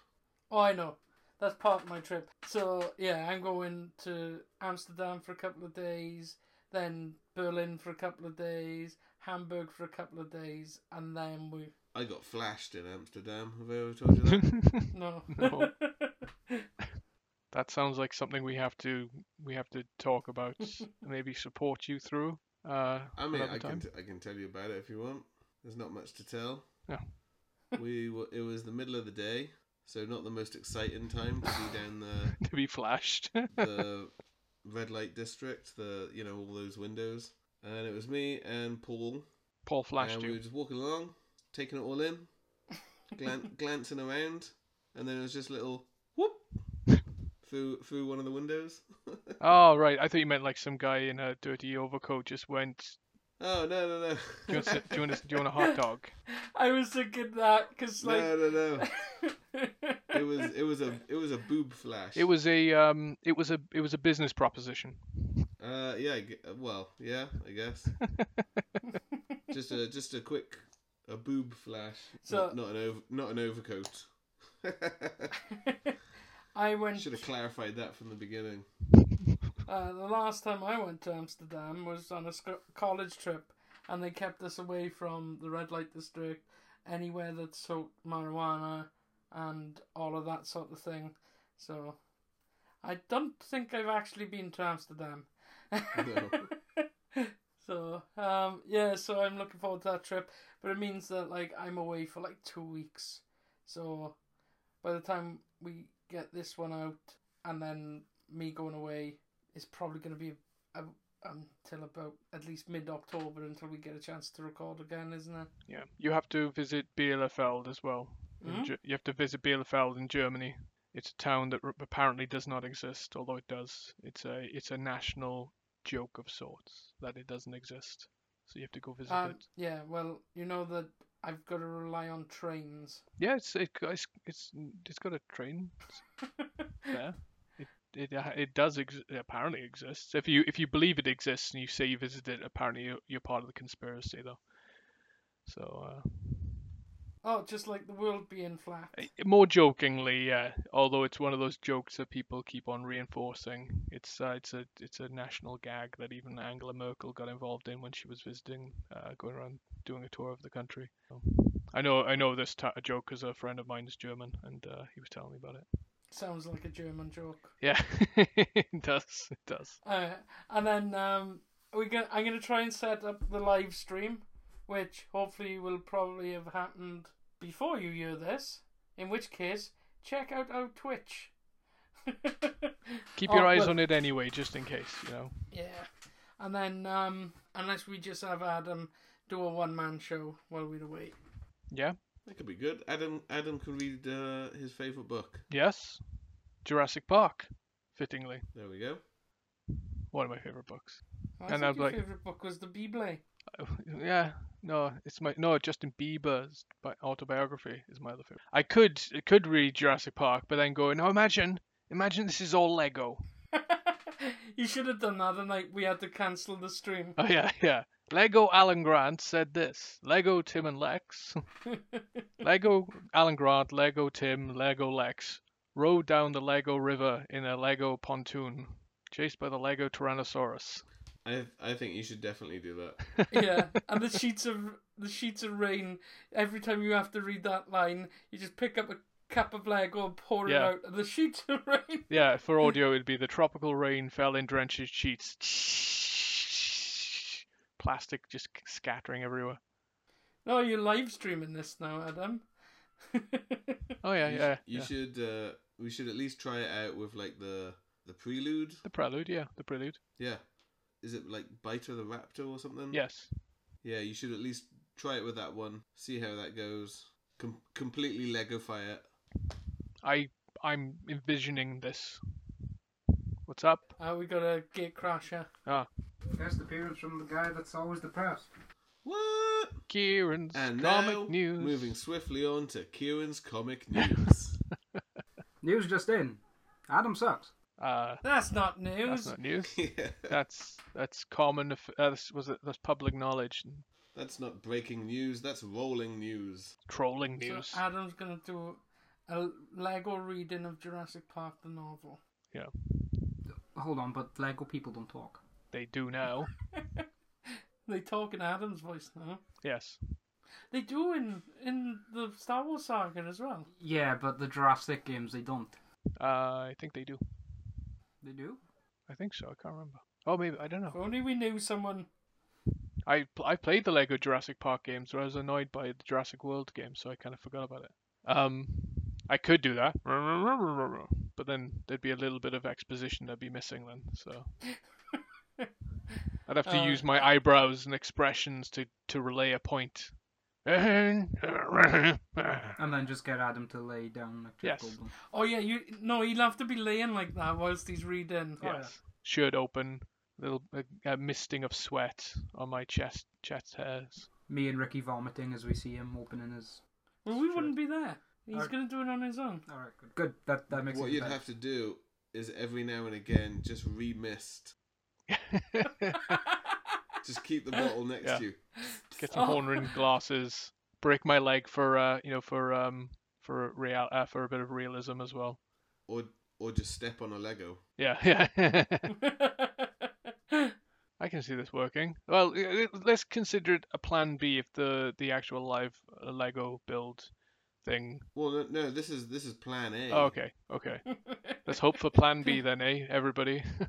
Speaker 1: Oh, I know. That's part of my trip. So yeah, I'm going to Amsterdam for a couple of days, then Berlin for a couple of days, Hamburg for a couple of days, and then we
Speaker 2: I got flashed in Amsterdam. Have I ever told you that?
Speaker 1: no.
Speaker 3: No. that sounds like something we have to we have to talk about. maybe support you through. Uh,
Speaker 2: I mean,
Speaker 3: another
Speaker 2: I can,
Speaker 3: time.
Speaker 2: t- I can tell you about it if you want. There's not much to tell.
Speaker 3: No.
Speaker 2: we were, it was the middle of the day, so not the most exciting time to be down the
Speaker 3: to be flashed.
Speaker 2: the red light district, the you know all those windows, and it was me and Paul,
Speaker 3: Paul flashed
Speaker 2: and we
Speaker 3: you.
Speaker 2: were just walking along, taking it all in, glan- glancing around, and then it was just a little whoop through through one of the windows.
Speaker 3: Oh right, I thought you meant like some guy in a dirty overcoat just went.
Speaker 2: oh no no no!
Speaker 3: Do you want, s- do you want, a, do you want a hot dog?
Speaker 1: I was thinking that because like
Speaker 2: no no no! It was it was a it was a boob flash.
Speaker 3: It was a um, it was a it was a business proposition.
Speaker 2: Uh, yeah. I gu- Well, yeah, I guess. just a just a quick a boob flash.
Speaker 1: So-
Speaker 2: not, not an over, not an overcoat.
Speaker 1: I went.
Speaker 2: Should have clarified that from the beginning.
Speaker 1: Uh, the last time I went to Amsterdam was on a sc- college trip, and they kept us away from the red light district, anywhere that sold marijuana, and all of that sort of thing. So, I don't think I've actually been to Amsterdam. so, um, yeah, so I'm looking forward to that trip, but it means that like I'm away for like two weeks. So, by the time we get this one out, and then me going away is probably going to be a, until about at least mid October until we get a chance to record again, isn't it?
Speaker 3: Yeah, you have to visit Bielefeld as well. in
Speaker 1: Mhm.
Speaker 3: Ge- you have to visit Bielefeld in Germany. It's a town that r- apparently does not exist, although it does. It's a it's a national joke of sorts that it doesn't exist. So you have to go visit
Speaker 1: Um,
Speaker 3: it.
Speaker 1: yeah, well, you know that I've got to rely on trains.
Speaker 3: Yeah, it's it, it's it's it's got a train there. It it uh, it does ex- it apparently exists. If you if you believe it exists and you say you visited, it, apparently you're, you're part of the conspiracy though. So. Uh,
Speaker 1: oh, just like the world being flat.
Speaker 3: I- more jokingly, yeah. Although it's one of those jokes that people keep on reinforcing. It's uh, it's a it's a national gag that even Angela Merkel got involved in when she was visiting, uh, going around doing a tour of the country. So, I know I know this ta- joke because a friend of mine is German and uh, he was telling me about it.
Speaker 1: Sounds like a German joke.
Speaker 3: Yeah, it does it does.
Speaker 1: Uh, and then um, we going I'm gonna try and set up the live stream, which hopefully will probably have happened before you hear this. In which case, check out our Twitch.
Speaker 3: Keep
Speaker 1: Oh,
Speaker 3: your eyes
Speaker 1: well-
Speaker 3: on it anyway, just in case. You know.
Speaker 1: Yeah, and then um, unless we just have Adam do a one man show while we're away.
Speaker 3: Yeah.
Speaker 2: That could be good. Adam Adam can read uh, his favorite book.
Speaker 3: Yes. Jurassic Park, fittingly,
Speaker 2: There we go.
Speaker 3: one of my favorite books.
Speaker 1: I
Speaker 3: And
Speaker 1: think
Speaker 3: I'd
Speaker 1: your
Speaker 3: like-
Speaker 1: favorite book was the Beyblade.
Speaker 3: Oh, Yeah, no, it's my no Justin Bieber's bi- autobiography is my other favorite. I could I could read Jurassic Park, but then go no imagine imagine this is all Lego.
Speaker 1: you should have done that, and like we had to cancel the stream.
Speaker 3: Oh yeah, yeah. Lego Alan Grant said this. Lego Tim and Lex. Lego Alan Grant, Lego Tim, Lego Lex rode down the Lego River in a Lego pontoon, chased by the Lego Tyrannosaurus.
Speaker 2: I I think you should definitely do that.
Speaker 1: yeah, and the sheets of the sheets of rain. Every time you have to read that line, you just pick up a cup of Lego and pour it
Speaker 3: Yeah.
Speaker 1: out, and the sheets of rain.
Speaker 3: Yeah, for
Speaker 2: Hmm.
Speaker 3: audio, it'd be the tropical rain fell in drenches sheets. Plastic just c- scattering everywhere.
Speaker 1: No, Oh, you're live streaming this now, Adam.
Speaker 3: Oh yeah,
Speaker 2: you
Speaker 3: yeah.
Speaker 2: sh- you
Speaker 3: yeah.
Speaker 2: should. Uh, we should at least try it out with like the the prelude.
Speaker 3: The prelude, yeah, the prelude.
Speaker 2: Yeah. Is it like Biter the Raptor or something?
Speaker 3: Yes.
Speaker 2: Yeah, you should at least try it with that one. See how that goes. Com- completely Legofy it.
Speaker 3: I I'm envisioning this. What's up?
Speaker 1: Uh, we got a gate crasher.
Speaker 4: Guest appearance from the guy that's always depressed.
Speaker 2: What?
Speaker 3: Kieran's
Speaker 2: And
Speaker 3: comic
Speaker 2: now,
Speaker 3: news.
Speaker 2: moving swiftly on to Kieran's comic news.
Speaker 4: News just in. Adam sucks.
Speaker 3: Uh,
Speaker 1: That's not news.
Speaker 3: that's not news.
Speaker 2: yeah,
Speaker 3: That's that's common. If, uh, that's, was it, that's public knowledge.
Speaker 2: that's not breaking news. That's rolling news.
Speaker 3: Trolling
Speaker 1: So
Speaker 3: news.
Speaker 1: Adam's gonna do a Lego reading of Jurassic Park the novel.
Speaker 4: Hold on, but Lego people don't talk.
Speaker 3: They do now.
Speaker 1: They talk in Adam's voice now.
Speaker 3: yes.
Speaker 1: They do in in the Star Wars saga as well.
Speaker 4: Yeah, but the Jurassic games, they don't.
Speaker 3: Uh, I think they do.
Speaker 4: They do?
Speaker 3: I think so. I can't remember. Oh, maybe I don't
Speaker 1: If
Speaker 3: know.
Speaker 1: only we knew someone.
Speaker 3: I pl- I played the Lego Jurassic Park games, but I was annoyed by the Jurassic World game, so I kind of forgot about it. Um, I could do that, but then there'd be a little bit of exposition that'd be missing then. So I'd have to
Speaker 1: Uh,
Speaker 3: use my eyebrows and expressions to to relay a point. yeah,
Speaker 4: And then just get Adam to lay down like
Speaker 3: Yes.
Speaker 4: Jeff Goldblum.
Speaker 1: Oh yeah, you no, he'll have to be laying like that whilst he's reading.
Speaker 4: yeah.
Speaker 3: yes. Shirt open, little a, a misting of sweat on my chest chest hairs.
Speaker 4: Me and Ricky vomiting as we see him opening his.
Speaker 1: Well, we wouldn't be there. He's
Speaker 4: Alright.
Speaker 1: gonna do it on his own.
Speaker 4: All right, good. Good. That that makes
Speaker 2: What
Speaker 4: it
Speaker 2: you'd
Speaker 4: better.
Speaker 2: have to do is every now and again just remist. Just keep the bottle next
Speaker 3: Yeah.
Speaker 2: to you.
Speaker 3: get some
Speaker 1: Oh.
Speaker 3: horn rimmed glasses, break my leg for uh, you know for um for real uh, for a bit of realism as well.
Speaker 2: Or or just step on a Lego.
Speaker 3: Yeah, yeah. I can see this working. Well, i- i- let's consider it a plan B if the the actual live uh, Lego build thing.
Speaker 2: Well, no, no, this is this is Plan A.
Speaker 3: Oh, okay, okay. Let's hope for plan B then, eh, everybody?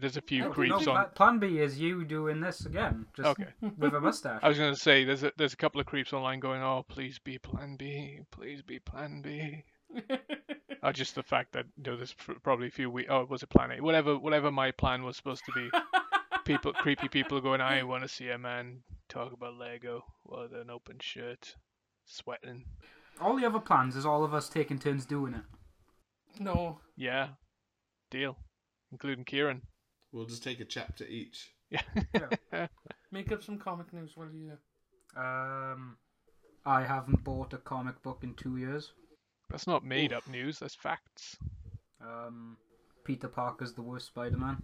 Speaker 3: There's a few
Speaker 1: Oh, no,
Speaker 3: creeps
Speaker 4: no,
Speaker 3: on.
Speaker 4: pla- Plan B is you doing this again, just
Speaker 3: Okay.
Speaker 4: with a mustache.
Speaker 3: I was gonna say there's a there's a couple of creeps online going, oh please be plan B, please be plan B. Uh, just the fact that you know, there's pr- probably a few weeks. Oh, was it plan A? Whatever, whatever my plan was supposed to be. People, creepy people going. I want to see a man talk about Lego with an open shirt, sweating.
Speaker 4: All the other plans is all of us taking turns doing it.
Speaker 1: no,
Speaker 3: Yeah, deal, including Kieran.
Speaker 2: We'll just take a chapter each.
Speaker 3: Yeah.
Speaker 1: make up some comic news while you.
Speaker 4: Um, I haven't bought a comic book in two years.
Speaker 3: That's not made up news. That's facts.
Speaker 4: Um, Peter Parker's the worst Spider-Man.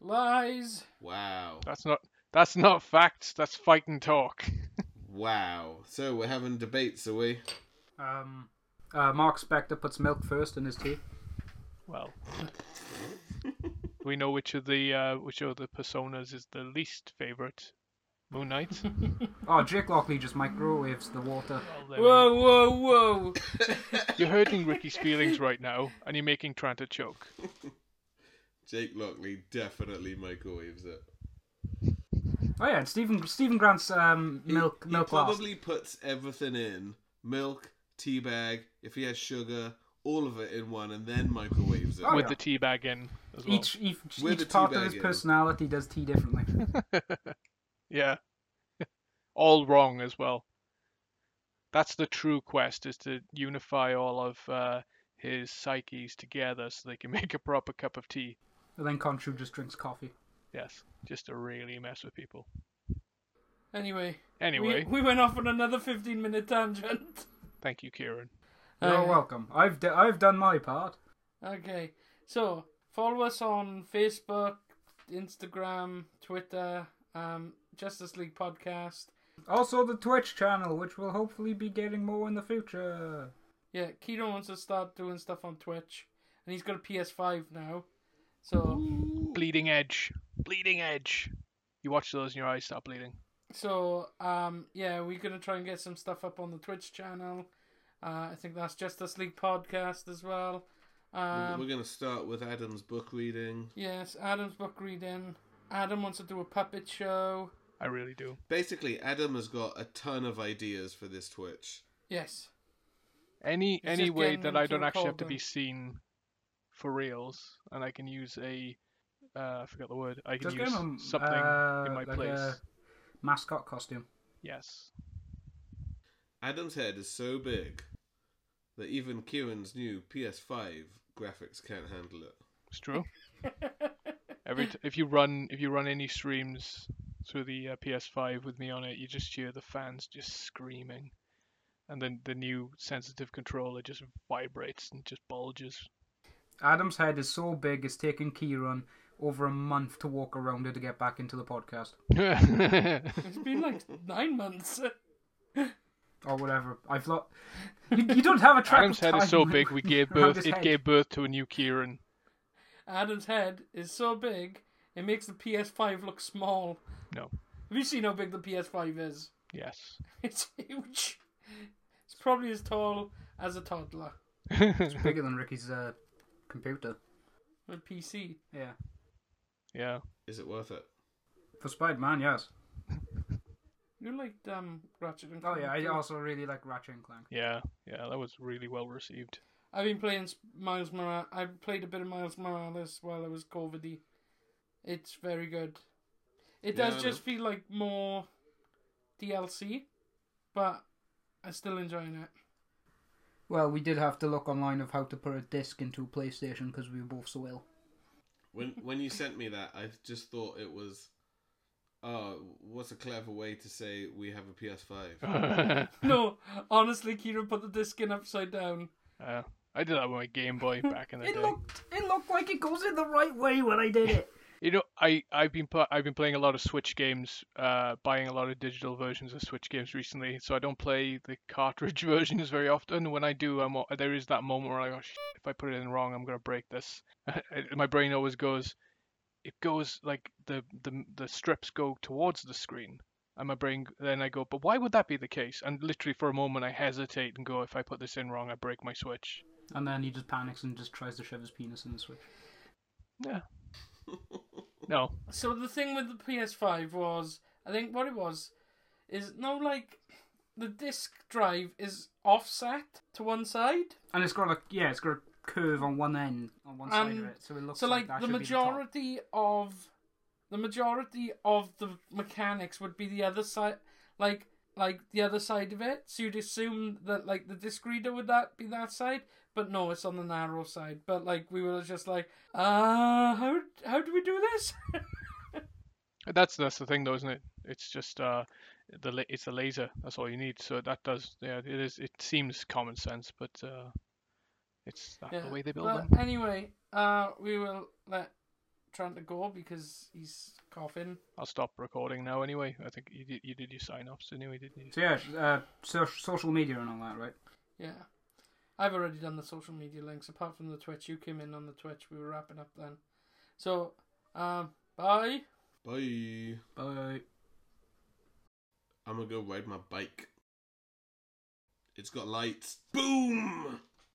Speaker 1: Lies.
Speaker 2: Wow.
Speaker 3: That's not. That's not facts. That's fight and talk.
Speaker 2: Wow. So we're having debates, are we?
Speaker 4: Um, uh, Mark Spector puts milk first in his tea.
Speaker 3: Well, we know which of the uh, which of the personas is the least favorite. Moon Knight.
Speaker 4: Oh, Jake Lockley just microwaves the water.
Speaker 3: Well, there we
Speaker 1: Whoa, whoa, whoa.
Speaker 3: You're hurting Ricky's feelings right now, and you're making Tranta choke.
Speaker 2: Jake Lockley definitely microwaves it.
Speaker 4: Oh yeah, and Stephen Stephen Grant's um
Speaker 2: He-
Speaker 4: milk
Speaker 2: he,
Speaker 4: milk glass.
Speaker 2: probably puts everything in milk, tea bag, if he has sugar, all of it in one, and then microwaves it.
Speaker 4: Oh,
Speaker 3: with
Speaker 4: yeah.
Speaker 3: the tea bag in as well.
Speaker 4: Each each,
Speaker 2: Where the
Speaker 4: each part
Speaker 2: teabag
Speaker 4: of his
Speaker 2: is.
Speaker 4: personality does tea differently.
Speaker 3: yeah. all wrong as well. That's the true quest is to unify all of uh, his psyches together so they can make a proper cup of tea.
Speaker 4: and then Conchu just drinks coffee.
Speaker 3: Yes, just to really mess with people.
Speaker 1: Anyway.
Speaker 3: Anyway,
Speaker 1: We, we went off on another 15 minute tangent.
Speaker 3: thank you, Kieran.
Speaker 4: You're
Speaker 1: Uh,
Speaker 4: welcome. I've d I've done my part.
Speaker 1: Okay. So, follow us on Facebook, Instagram, Twitter, um, Justice League Podcast.
Speaker 4: Also the Twitch channel, which will hopefully be getting more in the future.
Speaker 1: Yeah, Keto wants to start doing stuff on Twitch. And he's got a PS5 now. So,
Speaker 3: Bleeding edge. Bleeding edge. You watch those and your eyes start bleeding.
Speaker 1: so um, yeah, we're going to try and get some stuff up on the Twitch channel. Uh, I think that's Justice League Podcast as well. Um,
Speaker 2: we're going to start with Adam's book reading.
Speaker 1: Yes, Adam's book reading. Adam wants to do a puppet show.
Speaker 3: I really do.
Speaker 2: Basically, Adam has got a ton of ideas for this Twitch.
Speaker 1: Yes.
Speaker 3: any
Speaker 1: It's
Speaker 3: any
Speaker 1: just
Speaker 3: way
Speaker 1: getting
Speaker 3: that
Speaker 1: them
Speaker 3: I
Speaker 1: to
Speaker 3: don't actually have
Speaker 1: record
Speaker 3: to be
Speaker 1: them.
Speaker 3: seen for reals, and I can use a uh, I forgot the word. I can
Speaker 4: Just
Speaker 3: use
Speaker 4: give him
Speaker 3: something
Speaker 4: uh,
Speaker 3: in my
Speaker 4: like
Speaker 3: place.
Speaker 4: a mascot costume.
Speaker 3: Yes.
Speaker 2: Adam's head is so big that even Kieran's new PS5 graphics can't handle it.
Speaker 3: It's true. Every t- if you run if you run any streams through the uh, PS5 with me on it, you just hear the fans just screaming, and then the new sensitive controller just vibrates and just bulges.
Speaker 4: Adam's head is so big it's taking Kieran over a month to walk around it to get back into the podcast.
Speaker 1: It's been like nine months.
Speaker 4: Or whatever. I've lo- you, you don't have a track
Speaker 3: Adam's
Speaker 4: of
Speaker 3: head is
Speaker 4: time
Speaker 3: so
Speaker 4: with-
Speaker 3: big we gave
Speaker 4: around
Speaker 3: birth
Speaker 4: his
Speaker 3: it
Speaker 4: head.
Speaker 3: gave birth to a new Kieran.
Speaker 1: Adam's head is so big it makes the PS5 look small.
Speaker 3: No.
Speaker 1: Have you seen how big the PS5 is?
Speaker 3: Yes.
Speaker 1: It's huge. It's probably as tall as a toddler.
Speaker 4: It's bigger than Ricky's uh, computer.
Speaker 1: A PC.
Speaker 4: Yeah.
Speaker 3: yeah.
Speaker 2: Is it worth it?
Speaker 4: For Spider Man, yes.
Speaker 1: You liked um Ratchet and
Speaker 4: Oh, yeah, I
Speaker 1: too.
Speaker 4: also really like Ratchet and Clank.
Speaker 3: Yeah. Yeah. That was really well received.
Speaker 1: I've been playing s- Miles Morales. I played a bit of Miles Morales while I was COVIDy. It's very good. It
Speaker 2: Yeah,
Speaker 1: does just feel like more DLC, but I'm still enjoying it.
Speaker 4: Well, we did have to look online of how to put a disc into a PlayStation because we were both so ill.
Speaker 2: When when you sent me that, I just thought it was, oh, what's a clever way to say we have a PS5?
Speaker 3: uh,
Speaker 1: No, honestly, Kira put the disc in upside down.
Speaker 3: I did that with my Game Boy back in the
Speaker 4: It
Speaker 3: day.
Speaker 4: looked, it looked like it goes in the right way when I did it.
Speaker 3: You know, I I've been pl- I've been playing a lot of Switch games, uh, buying a lot of digital versions of Switch games recently. So I don't play the cartridge versions very often. When I do, I'm al- there is that moment where I go, Shit, if I put it in wrong, I'm gonna break this. My brain always goes, it goes like the the the strips go towards the screen, and my brain then I go, but why would that be the case? And literally for a moment I hesitate and go, if I put this in wrong, I break my Switch.
Speaker 4: And then he just panics and just tries to shove his penis in the switch.
Speaker 3: Yeah. no.
Speaker 1: So the thing with the PS5 was, I think what it was, is no like the disc drive is offset to one side.
Speaker 4: And it's got a yeah, it's got a curve on one end, on one side of
Speaker 1: Um,
Speaker 4: it, so it looks
Speaker 1: so like
Speaker 4: that
Speaker 1: the
Speaker 4: should be top.
Speaker 1: majority of the majority of the mechanics would be the other side like like the other side of it so you'd assume that like the disc reader would that be that side but no it's on the narrow side but like we were just like uh how how do we do this
Speaker 3: That's that's the thing though, isn't it? It's just uh, the la- it's a laser. That's all you need. So that does yeah. It is. It seems common sense, but uh, it's not
Speaker 1: Yeah,
Speaker 3: the way they build
Speaker 1: but
Speaker 3: them.
Speaker 1: anyway uh we will let Trent go because he's coughing
Speaker 3: I'll stop recording now anyway. I think you did you did your sign offs anyway, didn't you?
Speaker 4: So yeah, uh, so, social media and all that, right?
Speaker 1: yeah I've already done the social media links apart from the Twitch. You came in on the Twitch. We were wrapping up then. So, um, bye.
Speaker 2: Bye.
Speaker 4: But
Speaker 2: I'm gonna go ride my bike. It's got lights. Boom.